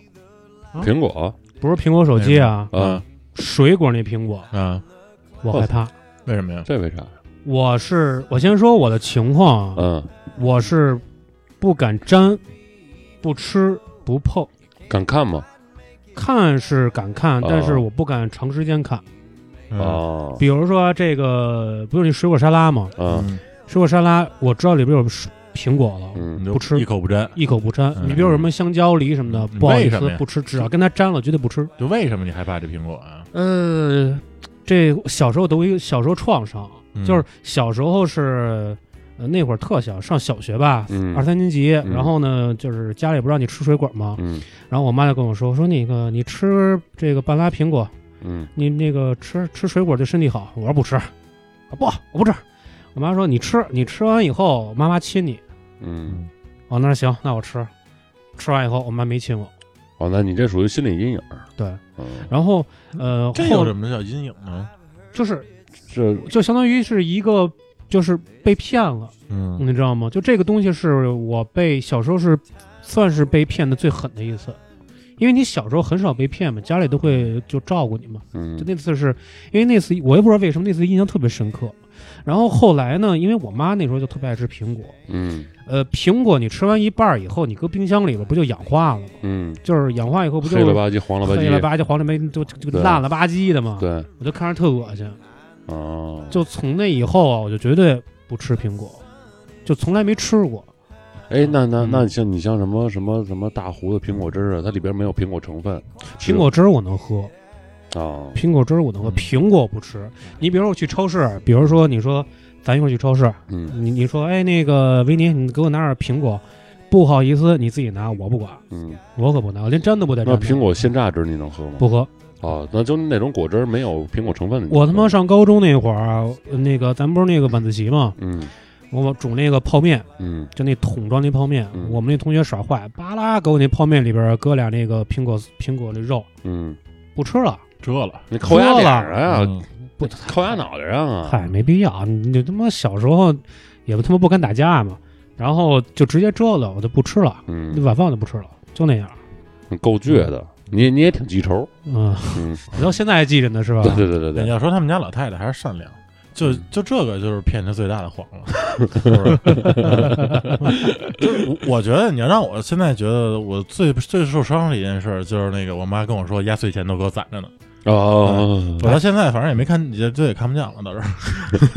S2: 苹果
S3: 不是苹果手机啊，
S1: 嗯
S2: 啊，
S3: 水果那苹果，
S1: 啊，
S3: 我害怕。
S2: 哦
S1: 为什么呀？
S2: 这为啥？
S3: 我是我先说我的情况啊，
S2: 嗯，
S3: 我是不敢沾，不吃不碰，
S2: 敢看吗？
S3: 看是敢看，
S2: 哦
S3: 但是我不敢长时间看。
S1: 嗯
S2: 哦，
S3: 比如说这个，不是那水果沙拉吗？
S1: 嗯
S2: 啊，
S3: 水果沙拉我知道里边有水苹果了，
S1: 你
S2: 嗯，
S1: 就
S3: 不吃
S1: 一口不沾，
S3: 一口不沾。
S1: 嗯
S3: 你比如什么香蕉、梨什么的，
S1: 嗯
S3: 不好意
S1: 为什么
S3: 思
S1: 呀
S3: 不吃，只要跟它沾了绝对不吃。
S1: 就为什么你害怕这苹果啊？
S3: 呃，这小时候都有一个小时候创伤，
S1: 嗯
S3: 就是小时候是。呃，那会儿特小，上小学吧，
S2: 嗯
S3: 二三年级。
S2: 嗯
S3: 然后呢，就是家里不让你吃水果嘛，
S2: 嗯
S3: 然后我妈就跟我说：“说那个你吃这个半拉苹果，
S2: 嗯
S3: 你那个吃吃水果对身体好。”我说不吃，啊不，我不吃。我妈说你吃，你吃完以后妈妈亲你。
S2: 嗯，
S3: 我那行，那我吃。吃完以后，我妈没亲我。
S2: 哦，那你这属于心理阴影儿，
S3: 对，
S2: 嗯，
S3: 然后呃，
S1: 这有
S3: 后
S1: 什么叫阴影呢？
S3: 就是
S2: 这
S3: 就相当于是一个就是被骗了，
S1: 嗯
S3: 你知道吗？就这个东西是我被小时候是算是被骗的最狠的一次，因为你小时候很少被骗嘛，家里都会就照顾你嘛。
S2: 嗯
S3: 就那次是因为那次我也不知道为什么那次印象特别深刻。然后后来呢，因为我妈那时候就特别爱吃苹果，
S2: 嗯
S3: 呃，苹果你吃完一半儿以后，你搁冰箱里边不就氧化了吗？
S2: 嗯，
S3: 就是氧化以后不就
S2: 黑了吧唧，黄了吧
S3: 黑了
S2: 唧，
S3: 吧唧、黄了吧唧，就就就
S2: 对
S3: 烂了吧唧的嘛。
S2: 对，
S3: 我就看着特恶心。
S2: 哦，
S3: 就从那以后啊，我就绝对不吃苹果，就从来没吃过。
S2: 哎，那那
S3: 嗯
S2: 那你像你像什么什么什么大胡子苹果汁儿啊，它里边没有苹果成分是
S3: 苹果汁儿我能喝，
S2: 啊，
S3: 苹果汁儿我能喝，
S1: 嗯
S3: 苹果我不吃。你比如说我去超市，比如说你说咱一会儿去超市，
S2: 嗯
S3: 你你说，哎，那个维尼，你给我拿点苹果，不好意思，你自己拿，我不管，
S2: 嗯，
S3: 我可不拿，我连沾都不带沾
S2: 那
S3: 的。
S2: 苹果鲜榨汁儿你能喝吗？
S3: 不喝，
S2: 哦，那就那种果汁儿没有苹果成分的。
S3: 我他妈，上高中那会儿啊，那个咱不是那个晚自习嘛，
S2: 嗯
S3: 我煮那个泡面，
S2: 嗯
S3: 就那桶装那泡面，
S2: 嗯
S3: 我们那同学耍坏，巴拉给我那泡面里边搁俩那个苹果苹果的肉，
S2: 嗯，
S3: 不吃了，
S1: 这了
S2: 你抠牙
S3: 喝了
S2: 脸儿啊，
S1: 嗯
S3: 不
S2: 抠牙脑袋上啊，
S3: 嗨，没必要，你你他妈小时候也不他妈不敢打架嘛，然后就直接折了，我就不吃了，
S2: 嗯，
S3: 晚饭我就不吃了，就那样，
S2: 够倔的，你你也挺记仇，
S3: 嗯， *laughs*
S2: 嗯，
S3: 你到现在还记着呢是吧？
S2: 对对对对
S1: 你
S2: 对，
S1: 要说他们家老太太还是善良，就
S3: 嗯
S1: 就这个就是骗他最大的谎了。是不
S3: *laughs*
S1: 是就是我我觉得你要让我现在觉得我最最受伤的一件事儿，就是那个我妈跟我说压岁钱都给我攒着呢。
S3: 嗯
S2: 哦哦，
S1: 我
S2: 哦
S1: 到现在反正也没看，也这也看不见了，倒是。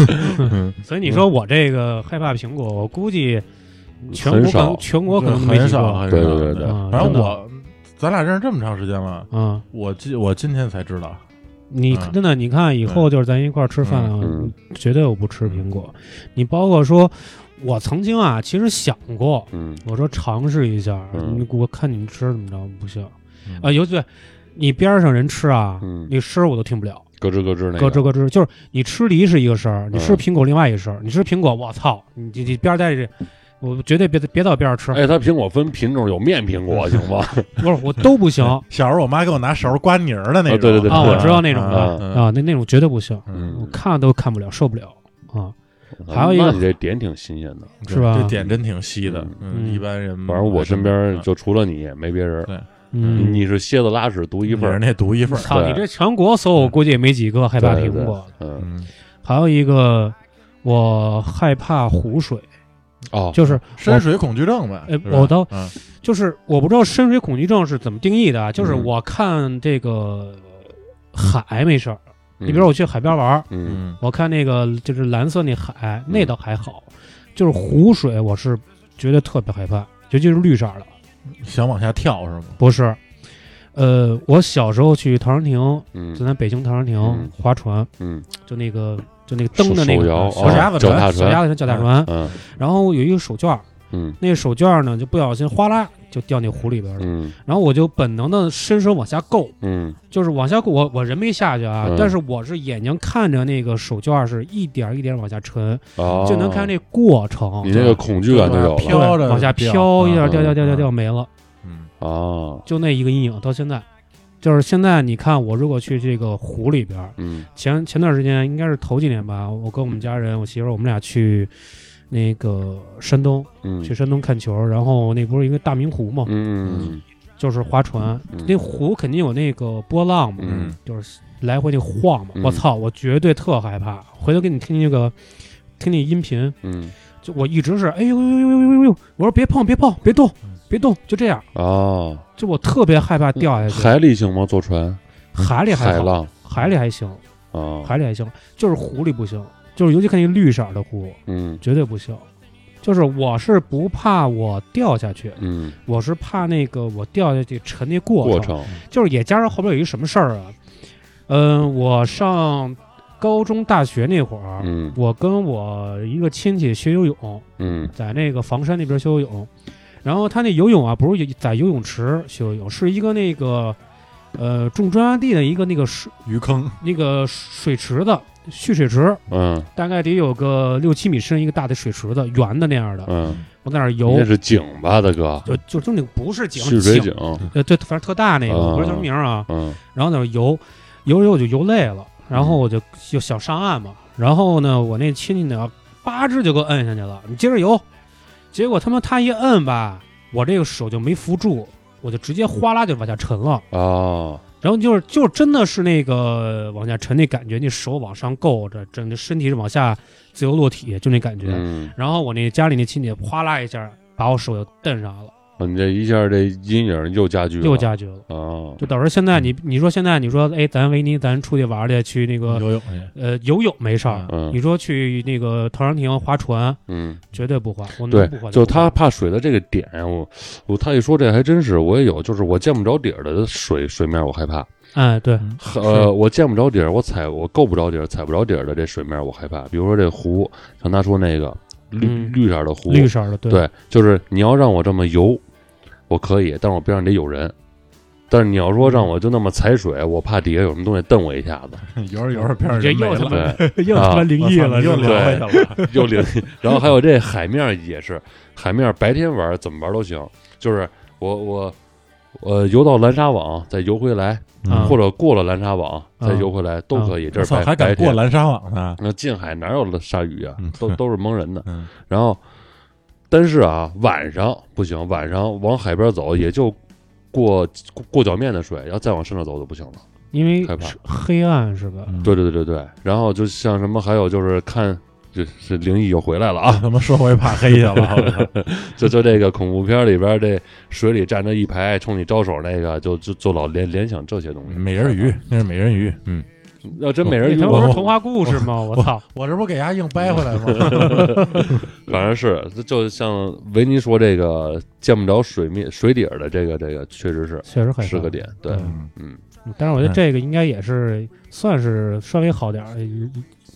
S3: 所以你
S2: 嗯
S3: 说我这个害怕苹果，我估计全
S2: 很
S3: 国可
S2: 少嗯
S3: 能全国可能都没
S1: 很
S3: 几
S1: 少，
S3: 个。
S1: 很少。
S2: 对对对对
S3: 啊
S1: 反正
S3: 真的
S1: 我咱俩认识这么长时间了，
S3: 嗯，
S1: 我今我今天才知道。
S3: 你
S1: 嗯
S3: 真的你看以后就是咱一块儿吃饭啊，
S2: 嗯
S3: 绝对我不吃苹果。你包括说，我曾经啊，其实想过，
S2: 嗯
S3: 我说尝试一下，
S2: 嗯
S3: 你我看你们吃怎么着，不行
S1: 嗯
S3: 啊，尤其你边上人吃啊，
S2: 嗯
S3: 你吃我都听不了，
S2: 咯吱咯吱那个，
S3: 咯吱咯吱，就是你吃梨是一个声儿，你吃
S2: 嗯
S3: 苹果另外一声儿，你吃苹果，我操，你你你边儿待着，我绝对别别到边上吃，
S2: 哎，它苹果分品种，有面苹果行吗？
S3: 不是我都
S2: *laughs*
S3: 不行。
S1: 小时候我妈给我拿勺刮泥儿的那种，
S2: 啊对对对
S3: 啊我知道那种的
S1: 嗯
S3: 啊，那那种绝对不行，
S1: 嗯
S3: 我看都看不了，受不了啊。还有一
S2: 那
S3: 个
S2: 你这点挺新鲜的，
S1: 对
S3: 是吧
S1: 这点真挺稀的，
S3: 嗯
S1: 一般人
S2: 反正我身边就除了你没别人。
S3: 嗯，
S2: 你是蝎子拉屎独一
S1: 一
S2: 份
S1: 份
S2: 儿，
S1: 那独一份儿，
S3: 操，
S2: 对嗯
S3: 你这全国搜，我估计也没几个害怕
S2: 对
S3: 苹
S2: 对
S3: 果。
S2: 嗯，
S1: 嗯，
S3: 还有一个，我害怕湖水，
S2: 哦，
S3: 嗯就是
S1: 深水恐惧症呗。
S3: 哎
S1: 是吧
S3: 我都
S1: 嗯
S3: 就是我不知道深水恐惧症是怎么定义的啊，就是
S2: 嗯
S3: 我看这个海没事儿，
S2: 嗯
S3: 你比如我去海边玩儿，
S2: 嗯，
S1: 嗯，
S3: 我看那个就是蓝色那海，那倒还好，就是湖水我是觉得特别害怕，尤其是绿色儿的。
S1: 想往下跳是吗？
S3: 不是，呃，我小时候去陶然亭，
S2: 嗯
S3: 就咱北京陶然
S2: 嗯
S3: 亭划船，
S2: 嗯，
S3: 就那个就那个蹬的那
S2: 手
S3: 个
S2: 摇
S1: 小鸭子
S2: 哦脚踏
S1: 船
S3: 小
S2: 船，
S3: 鸭子脚踏船，
S2: 嗯
S3: 然后有一个手绢儿，
S2: 嗯
S3: 那个手绢儿呢就不小心哗啦就掉那湖里边了，
S2: 嗯
S3: 然后我就本能的伸手往下够，
S2: 嗯
S3: 就是往下够，我我人没下去啊，
S2: 嗯
S3: 但是我是眼睛看着那个手绢儿是一点儿一点儿往下沉，
S2: 哦，
S3: 嗯就能看那过程，
S2: 你那个恐惧感就有了
S1: 飘着
S3: 对往下
S1: 掉
S3: 飘一下，
S2: 嗯
S3: 掉掉掉掉
S1: 嗯
S3: 掉没了。
S1: 嗯，
S2: 哦，
S3: 就那一个阴影到现在，就是现在你看我如果去这个湖里边儿，
S2: 嗯
S3: 前前段时间应该是头几年吧，我跟我们家人，我媳妇儿我们俩去那个山东，
S2: 嗯
S3: 去山东看球，然后那不是一个大明湖嘛，
S2: 嗯
S3: 就是划船，
S2: 嗯
S3: 那湖肯定有那个波浪嘛，
S2: 嗯
S3: 就是来回那晃嘛，
S2: 嗯
S3: 我操，我绝对特害怕，回头给你听那个听那音频，
S2: 嗯
S3: 就我一直是哎呦呦呦呦呦呦呦，我说别碰别碰别动
S2: 嗯
S3: 别动，就这样，
S2: 哦，
S3: 就我特别害怕掉下去。
S2: 海里行吗？坐船？
S3: 哎海里
S2: 嗯
S3: 还
S2: 海
S3: 好，
S2: 浪
S3: 海里还行，
S2: 啊，
S3: 海里还行，就是湖里不行，就是尤其看那绿色的湖
S2: 嗯
S3: 绝对不行。就是我是不怕我掉下去，
S2: 嗯，
S3: 我是怕那个我掉下去沉那过
S2: 过程
S3: 就是也加上后边有一什么事儿啊？嗯、我上高中、大学那会儿，
S2: 嗯
S3: 我跟我一个亲戚学游泳，
S2: 嗯
S3: 在那个房山那边学游泳。然后他那游泳啊，不是在游泳池学游泳，是一个那个呃种庄稼地的一个那个水
S1: 嗯鱼坑，
S3: 那个水池子蓄水池，
S2: 嗯
S3: 大概得有个六七米深一个大的水池子，圆的那样的。
S2: 嗯，
S3: 我在那儿
S2: 那
S3: 游，
S2: 是井吧，大哥？
S3: 就就就那个不是井，
S2: 蓄水井
S3: 井，，呃对，反正特大那个，我不知道叫什么名儿啊。
S2: 嗯
S3: 然后在那儿游，游着游着我就游累了，然后我就就想上岸嘛。然后呢，我那亲戚呢，八只就给我摁下去了，你接着游。结果他妈他一摁吧，我这个手就没扶住，我就直接哗啦就往下沉了。
S2: 啊，
S3: 然后就是就是真的是那个往下沉那感觉，那手往上够着，整个身体是往下自由落体，就那感觉。
S2: 嗯，
S3: 然后我那家里那亲戚哗啦一下把我手就蹬上来了，
S2: 哦你这一下这阴影又加剧了，
S3: 又加剧了。
S2: 啊，
S3: 就导致现在你你说现在你说哎，咱维尼咱出去玩儿去，去那个
S1: 游泳去，
S3: 呃，游泳没事儿。
S2: 嗯
S3: 你说去那个陶然亭划船，
S2: 嗯。
S3: 绝对不划，我
S2: 对
S3: 能不划，
S2: 就
S3: 不
S2: 他
S3: 划
S2: 怕水的这个点，我我他一说这还真是，我也有，就是我见不着底儿的水水面我害
S3: *laughs*
S2: 怕，
S3: 哎，对，
S2: 呃，我见不着底儿，我踩我够不着底儿，踩不着底儿的这水面我害怕。比如说这湖，像他说那个绿、
S3: 嗯
S2: 绿色的湖，
S3: 绿色的，对，
S2: 对，就是你要让我这么游，我可以，但是我边上得有人。但是你要
S3: 嗯
S2: 说让我就那么踩水，我怕底下有什么东西蹬我一下子，
S1: *laughs* 游着游着边上
S3: 你这
S1: 人没
S3: 又他
S1: 了，
S3: 妈
S2: 对，
S3: 又他妈
S1: *laughs*
S2: 啊
S3: 灵异了，
S1: 我操你又
S3: 是吧
S1: 聊下去了，
S2: *laughs* 又灵。然后还有这海面也是，海面白天玩怎么玩都行，就是我我呃游到蓝沙网再游回来，
S3: 啊
S2: 嗯或者过了蓝沙网
S1: 啊
S2: 再游回来都可以。
S1: 嗯
S2: 这
S1: 我
S2: 是
S1: 操，
S2: 白
S1: 还
S2: 白
S1: 敢
S2: 天
S1: 过。蓝沙网呢？
S2: 那近海哪有鲨鱼啊
S1: 嗯？ *laughs*
S2: 都都是蒙人的。
S1: 嗯，
S2: 然后，但是啊，晚上不行，晚上往海边走也就过过过脚面的水，然后再往深了走就不行了。
S3: 因为
S2: 害怕
S3: 是黑暗是吧？
S1: *laughs* 嗯
S2: 对对对对对。然后就像什么，还有就是看，就是灵异又回来了啊！
S1: 他妈说回怕黑
S2: *laughs*
S1: 去了，我操
S2: 就就这个恐怖片里边，这水里站着一排冲你招手那个，就就就老联联想这些东西。
S1: 美人鱼，那是美人鱼，嗯，
S2: 要真美人
S3: 那
S2: 鱼，
S3: 哎他
S1: 我
S3: 不
S2: 我
S3: 是童话故事吗？
S2: 哦
S3: 我操！
S1: *laughs* 我这不给伢硬掰回来吗？
S2: 反正是就就像维尼说这个见不着水面水底儿的这个这个，确实是
S3: 确实很
S2: 是个点。对， *laughs*
S1: 嗯
S2: 嗯
S3: 但是我觉得这个应该也是算是稍微好点儿，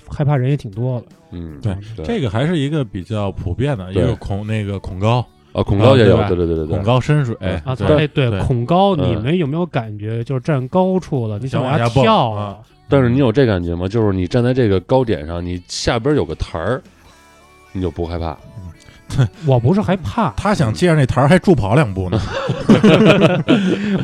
S3: 害怕人也挺多的。
S2: 嗯，
S1: 对
S2: 对
S1: 这个还是一个比较普遍的，一
S2: 对
S1: 个恐那个恐高，
S2: 啊，恐高
S1: 啊
S2: 也
S1: 对
S2: 有，
S1: 吧
S2: 对对对对对
S1: 恐，高深水
S2: 啊
S3: 啊，
S1: 对
S3: 哎，对
S1: 对，
S3: 恐高，
S2: 嗯
S3: 你们有没有感觉就是站高处了，你
S1: 想
S3: 往
S1: 往
S3: 下
S1: 下蹦
S3: 跳
S2: 嗯
S1: 啊？
S2: 但是你有这感觉吗？就是你站在这个高点上，你下边有个台儿，你就不害怕。
S3: 我不是害怕，
S1: 他想借着那台儿还助跑两步呢，
S3: 嗯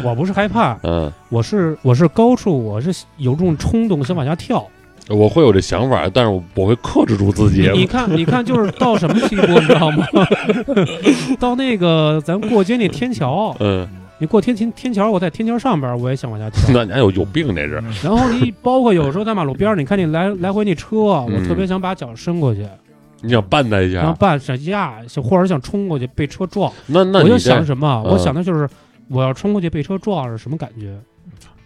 S3: 我不是害怕，
S2: 嗯，
S3: 我是我是高处，我是有这种冲动想往下跳。
S2: 我会有这想法，但是我我会克制住自己
S3: 你。你看，你看，就是到什么地步，你知道吗？ *laughs* 到那个咱过街那天桥，
S2: 嗯，
S3: 你过天天天桥，我在天桥上边，我也想往下跳。
S2: 那你还有有病这是？
S3: 然后你包括有时候在马路边儿，你看你来来回那车，我
S2: 嗯啊
S3: 特别想把脚伸过去，
S2: 你想绊他一
S3: 然后
S2: 下？
S3: 半闪压，想或者想冲过去被车撞。
S2: 那那
S3: 我
S2: 你
S3: 就想
S2: 这
S3: 什么？啊
S2: 嗯
S3: 我想的就是我要冲过去被车撞是什么感觉？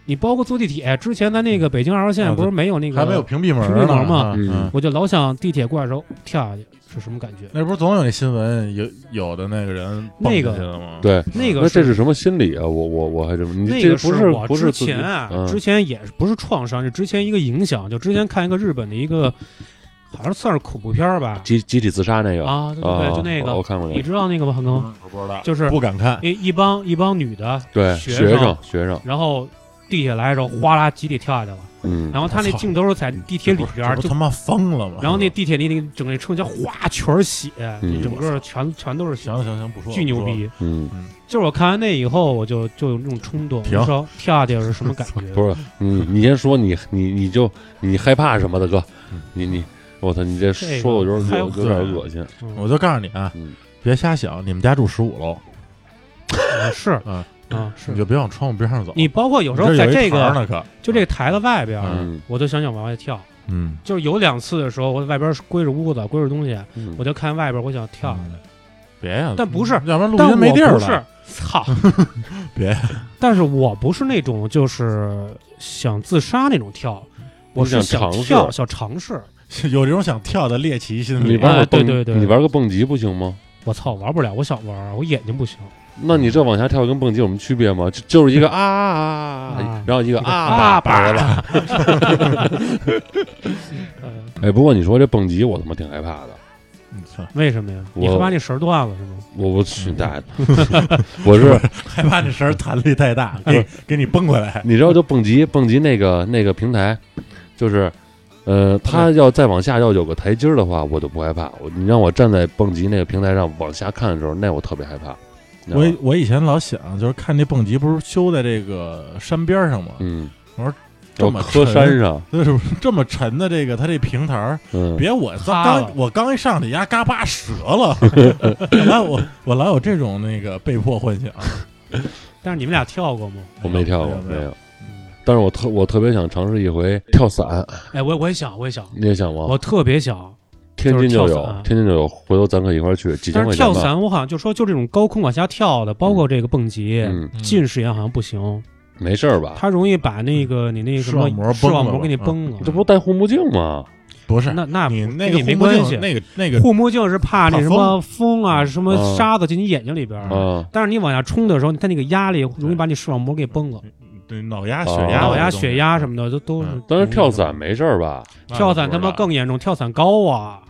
S3: 你包括坐地铁，之前咱那个北京二号线
S1: 啊
S3: 不是没有那个
S1: 还没有屏蔽门
S3: 屏蔽
S1: 呢
S3: 门嘛
S1: 啊
S2: 嗯
S1: 嗯
S3: 我就老想地铁过来的时候跳下去是什么感觉？
S1: 那不是总有那新闻，有有的那个人蹦
S3: 那个
S1: 进去了吗？
S2: 对，
S3: 那啊个
S2: 那这
S3: 是
S2: 是什么心理啊？我我我还这么，你
S3: 那
S2: 这
S3: 个
S2: 不
S3: 是
S2: 是
S3: 我
S2: 不
S3: 之
S2: 是自己
S3: 前啊，
S2: 嗯
S3: 之前也是不是创伤，是之前一个影响。就之前看一个日本的一个，好像算是恐怖片儿吧？
S2: 集集体自杀那个
S3: 啊，对对对，就那
S2: 我我
S3: 个，
S2: 看过那
S3: 你
S2: 个，
S3: 知道那个吧？恒庚
S1: 嗯，我不知道，
S3: 就是
S1: 不敢看，
S3: 一一帮一帮女的，
S2: 对
S3: 学
S2: 学
S3: 生
S2: 生学生，
S3: 然后地铁来的时候哗啦集体跳下去了，
S2: 嗯
S3: 然后他那
S1: 我操
S3: 镜头是在地铁里边儿
S1: 这不
S3: 就
S1: 他。妈疯了吗？
S3: 然后那地铁那那个整个车厢哗全是血，
S2: 嗯
S3: 整个全全都是血，
S1: 行行行，不说了
S3: 巨牛，
S1: 不说了
S3: 逼！
S2: 嗯，
S3: 就是我看完那以后，我就就有那种冲动，
S1: 停
S3: 我说跳下去是什么感觉？
S2: 不是你你先说你你你就你害怕什么的哥
S1: 嗯，
S2: 你你我操，你这
S3: 这个
S2: 说的有点
S3: 还
S2: 有
S3: 有
S2: 有点恶心。
S3: 嗯
S1: *laughs* 我就告诉你啊
S2: 嗯，
S1: 别瞎想，你们家住十五楼，
S3: 啊是
S1: 啊
S3: 啊是
S1: 你就别往窗户边上走。
S3: 你包括有时候
S1: 你这
S3: 在
S1: 有一
S3: 这
S1: 台儿
S3: 个
S1: 呢，可
S3: 就这个台子外边儿，
S2: 嗯
S3: 我都想想往外跳。
S1: 嗯，
S3: 就是有两次的时候，我外边归着屋子，归着东西，
S2: 嗯
S3: 我就看外边，我想跳。
S1: 嗯别呀，
S3: 但不是
S1: 要不然
S3: 但
S1: 录
S3: 我
S1: 音没地儿
S3: 不
S1: 了。！
S3: 是，操
S1: *laughs* 别！
S3: 但是我不是那种就是想自杀那种跳，我是
S2: 你想尝试
S3: 跳，想尝试。
S1: *laughs* 有这种想跳的猎奇心
S2: 你
S1: 理，
S2: 玩
S3: 哎
S2: 个蹦，
S3: 对对对
S2: 你玩个蹦极不行吗？
S3: 我操，玩不了，我想玩，我眼睛不行。
S2: 那你这往下跳跟蹦极有什么区别吗？就就是一个啊啊啊啊
S3: *laughs* 啊，
S2: 然后一个
S3: 一个
S2: 啊
S3: 啊
S2: 白了。 *laughs*
S3: 呃，
S2: 哎，不过你说这蹦极，我他妈挺害怕的。
S1: 你嗯操
S3: *laughs* 为什么呀？你
S2: 我
S3: 他妈那绳儿断了是吗？
S2: 我我去
S3: 嗯
S2: 你
S3: *laughs*
S2: 大爷的！我是
S1: 害怕这绳儿弹力太
S3: *laughs*
S1: 大，给你给你崩回来。
S2: 你知道就蹦极蹦极那个那个平台，就是，呃，它要再往下要有个台阶儿的话，我就不害怕。我你让我站在蹦极那个平台上往下看的时候，那我特别害怕。你知
S1: 我
S2: 道吗
S1: 以我以前老想，就是看那蹦极不是修在这个山边上吗？
S2: 嗯，
S1: 我说这
S2: 我
S1: 么
S2: 磕
S1: 沉
S2: 山上，
S1: 那是不是这么沉的这个它这平台儿？
S2: 嗯，
S1: 别我
S3: 塌了
S1: 刚我刚一上去，牙嘎巴折
S2: *laughs*
S1: 了。我老我我老有这种那个被迫幻
S2: *laughs*
S1: 想。
S3: 但是你们俩跳过吗？
S2: 我没跳过，
S1: 没有没有
S2: 有。
S3: 嗯，
S2: 但是我特我特别想尝试一回跳伞，
S3: 哎，我我也想，我也想，
S2: 你也想吗
S3: 我？特别想，
S2: 天津就
S3: 就是
S2: 有
S3: 跳伞，啊
S2: 天津就有，回头咱可一块儿去，几千
S3: 但
S2: 块
S3: 是
S2: 钱
S3: 跳
S2: 吧。
S3: 伞我好像就说就这种高空往下跳的，包括这个蹦极。
S2: 嗯，
S3: 近视眼好像不行，
S2: 没事儿吧？
S3: 它容易把那个你那个什
S1: 视
S3: 么
S1: 网膜
S3: 视网膜
S1: 崩了
S3: 给你
S1: 吧
S3: 崩了。
S2: 这不戴护目镜吗？
S1: 不是，
S3: 那那
S1: 你
S3: 不
S1: 那
S3: 个
S1: 个护
S3: 没
S1: 目
S3: 关
S1: 镜
S3: 系，
S1: 那个那个
S3: 护目镜是怕那
S1: 怕
S3: 什么风啊、什
S2: 啊
S3: 么沙子进你眼睛里边
S1: 嗯
S3: 儿，
S2: 啊，
S3: 但是你往下冲的时候，它那个压力容易把你视网膜给崩了，
S1: 对脑压、血
S2: 哦
S1: 嗯压、
S3: 脑压、血压什么的都都是
S1: 嗯。
S2: 但是跳伞，没事儿吧？
S3: 跳伞他妈更严重，跳伞高啊，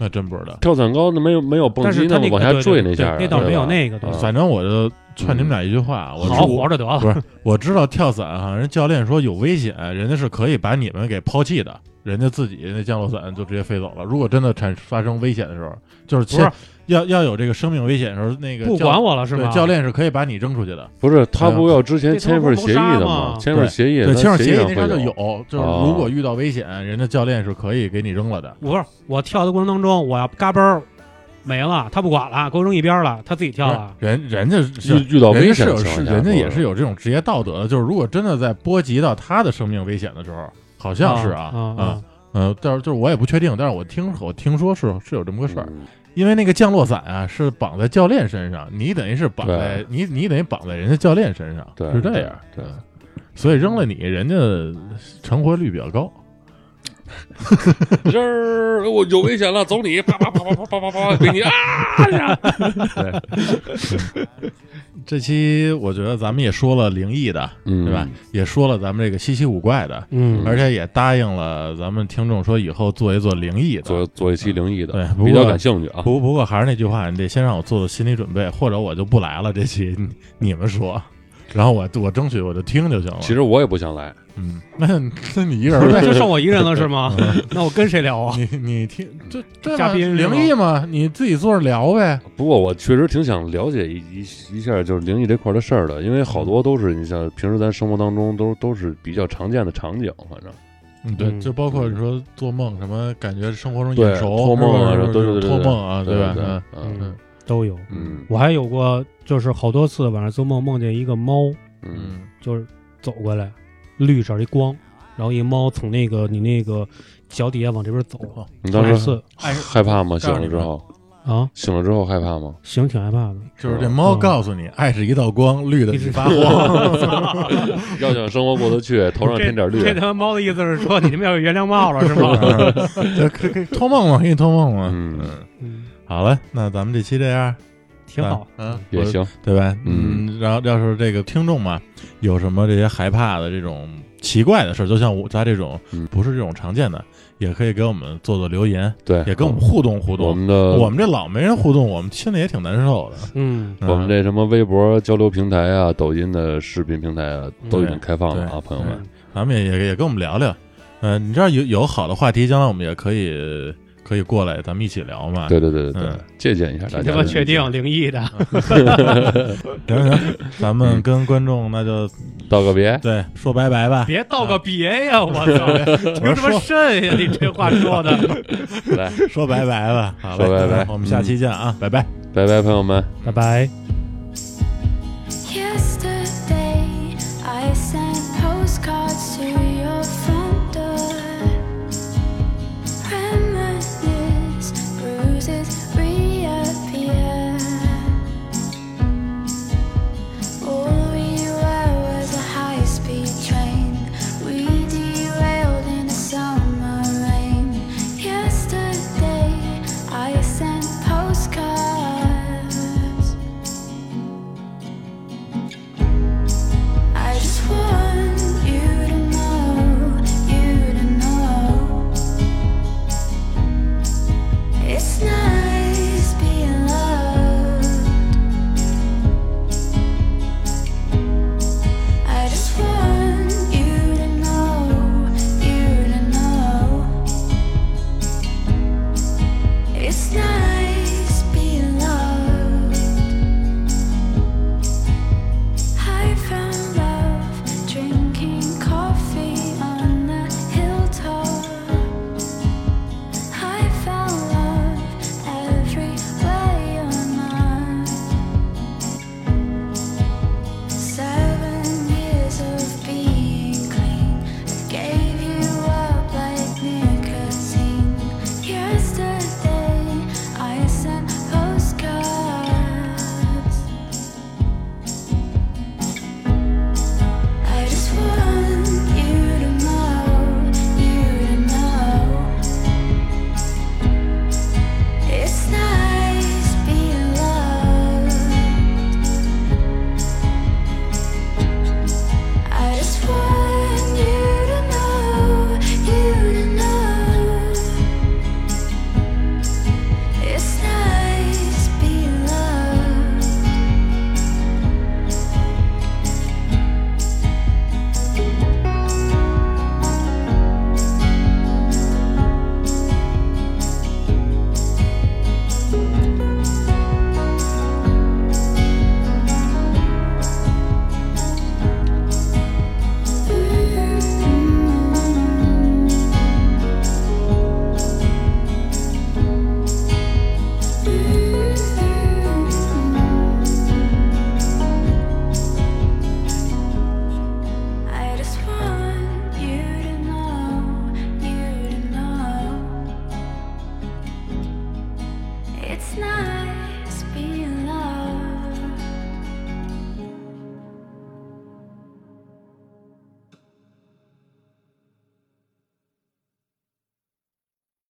S1: 那真不知道。
S2: 跳伞高那没有没有蹦
S3: 但
S2: 极
S3: 是它
S2: 那么
S3: 那个
S2: 往下
S3: 对
S2: 坠
S3: 对
S2: 下儿啊，
S3: 对那倒没
S2: 对
S3: 有
S2: 吧
S3: 那个东
S2: 啊
S3: 西，
S1: 反正我就劝你们俩一句话，我
S3: 好好
S1: 知
S3: 活着得了
S1: 不。是，我知道跳伞好像人教练说有危险，人家是可以把你们给抛弃的，人家自己那降落伞就直接飞走了。如果真的产发生危险的时候，就是
S3: 不是
S1: 先要要有这个生命危险的时候，那个
S3: 不
S1: 教
S3: 管我了是
S1: 对
S3: 吗？
S1: 教练是可以把你扔出去的。
S2: 不是他
S1: 哎呀
S2: 不要之前签一份协议的
S3: 这他妈不是谋杀吗
S2: 签一份协议，
S1: 对，签
S2: 他
S1: 上协议
S2: 上
S1: 那
S2: 会
S1: 上就
S2: 有。
S1: 有，就是
S2: 哦
S1: 如果遇到危险，人家教练是可以给你扔了的。
S3: 我不是我跳的过程当中，我要嘎嘣儿没了，他不管了，给我扔一边儿了，他自己跳了。
S1: 不是人人家是
S2: 遇遇到
S1: 人
S2: 危
S1: 家是
S2: 险的
S1: 有
S2: 情
S1: 是
S2: 况下，
S1: 人家也是有这种职业道德的，就是如果真的在波及到他的生命危险的时候，好像是啊
S3: 啊啊
S1: 啊
S3: 啊
S1: 嗯，但是就是我也不确定，但是我听我听说是是有这么个
S2: 不
S1: 事儿，因为那个降落伞啊是绑在教练身上，你等于是绑在
S2: 对
S1: 你你等于绑在人家教练身上，
S2: 对
S1: 是这样，
S2: 对
S1: 嗯，所以扔了你，人家成活率比较高，
S2: 这儿我有危险了，走你！啪啪啪啪啪啪啪啪，给你啊！
S1: *laughs* 这期我觉得咱们也说了灵异的，
S2: 嗯
S1: 对吧？也说了咱们这个稀奇古怪的，
S3: 嗯，
S1: 而且也答应了咱们听众说以后做一做灵异的。
S2: 做做一期灵异的，
S1: 对，不
S2: 比较
S1: 过
S2: 感兴趣啊。
S1: 不不过还是那句话，你得先让我做做心理准备，或者我就不来了。这期你你们说，然后我我争取我就听就行了。
S2: 其实我也不想来，
S1: 嗯， *laughs* 那那你一人儿呗，
S3: 就剩我一个人了是吗？
S1: 嗯
S3: *laughs* 那我跟谁聊啊？
S1: 你你听这这
S3: 嘉
S1: 嘛
S3: 宾是吗
S1: 灵异嘛，你自己坐着聊呗。
S2: 不过我确实挺想了解一一一下就是灵异这块儿的事儿的，因为好多都是你像平时咱生活当中都都是比较常见的场景，反正
S1: 嗯，对，
S3: 嗯
S1: 就包括你说做梦什么，感觉生活中
S2: 对
S1: 眼熟，
S2: 托梦啊
S1: 是不是
S2: 对对对对
S1: 托梦啊，
S2: 对
S1: 吧？
S2: 对
S1: 嗯，
S2: 嗯
S1: 嗯
S3: 都有。
S2: 嗯
S3: 我还有过，就是好多次晚上做梦梦见一个猫，
S2: 嗯，
S3: 就是走过来，绿色一光，然后一猫从那个你那个脚底下往这边走，
S1: 哦
S2: 你
S3: 好
S2: 当
S3: 几
S2: 时
S3: 次
S1: 哎，
S2: 害怕吗？醒
S1: 告诉
S2: 了
S1: 你
S2: 之
S1: 们
S2: 后，
S3: 啊，
S2: 醒了之后害怕吗？
S3: 行，挺害怕的。
S1: *laughs* 就是这猫
S3: 嗯
S1: 告诉你，爱是一道光，绿的
S3: 一
S1: 你
S3: 直 *laughs*
S1: 发慌。
S2: 要想生活过得去， *laughs* 头上添点绿
S3: 这。他妈猫的意思是说你他妈要有原谅帽了
S1: *laughs*
S3: 是吗？
S1: 这嗯可可以托梦嘛，给你托梦嘛。
S2: *laughs* 嗯啊
S3: 嗯，
S1: 好嘞，那咱们这期这样
S3: 挺好。
S1: 嗯，
S2: 也行，
S1: 对吧？
S2: 嗯
S1: 嗯，然后要是这个听众嘛，有什么这些害怕的这种奇怪的事儿，就像我咱这种
S2: 嗯
S1: 不是这种常见的，也可以给我们做做留言，
S2: 对，
S1: 也跟我们互动互
S2: 哎我
S1: 动。
S2: 们的
S1: 我们这老没人互动，我们心里也挺难受的。
S3: 嗯，
S1: 嗯
S2: 我们这什么微博交流平台啊、抖音的视频平台啊，都已经开放了啊，朋友们。
S3: 嗯
S1: 咱们也也也跟我们聊聊。嗯、你知道有有好的话题，将来我们也可以可以过来，咱们一起聊嘛。
S2: 对对对对对
S1: 嗯，
S2: 借鉴一下大
S3: 你
S2: 家
S3: 他
S2: 的
S3: 妈
S2: 意见。
S3: 确定灵异的？
S1: 行行，咱们跟观众那就
S2: 道个别，
S1: 对说拜拜
S2: *laughs*
S1: 吧。
S3: *laughs* 别道个别呀！我操，
S1: 我
S3: 凭什么
S1: 说
S3: 肾呀？你这话说的。
S2: *laughs* 来，
S1: 说拜拜吧，好嘞
S2: 说拜拜嗯
S1: 我们下期见啊，拜拜。
S2: 拜拜，朋友们。
S3: 拜拜。
S1: 嗯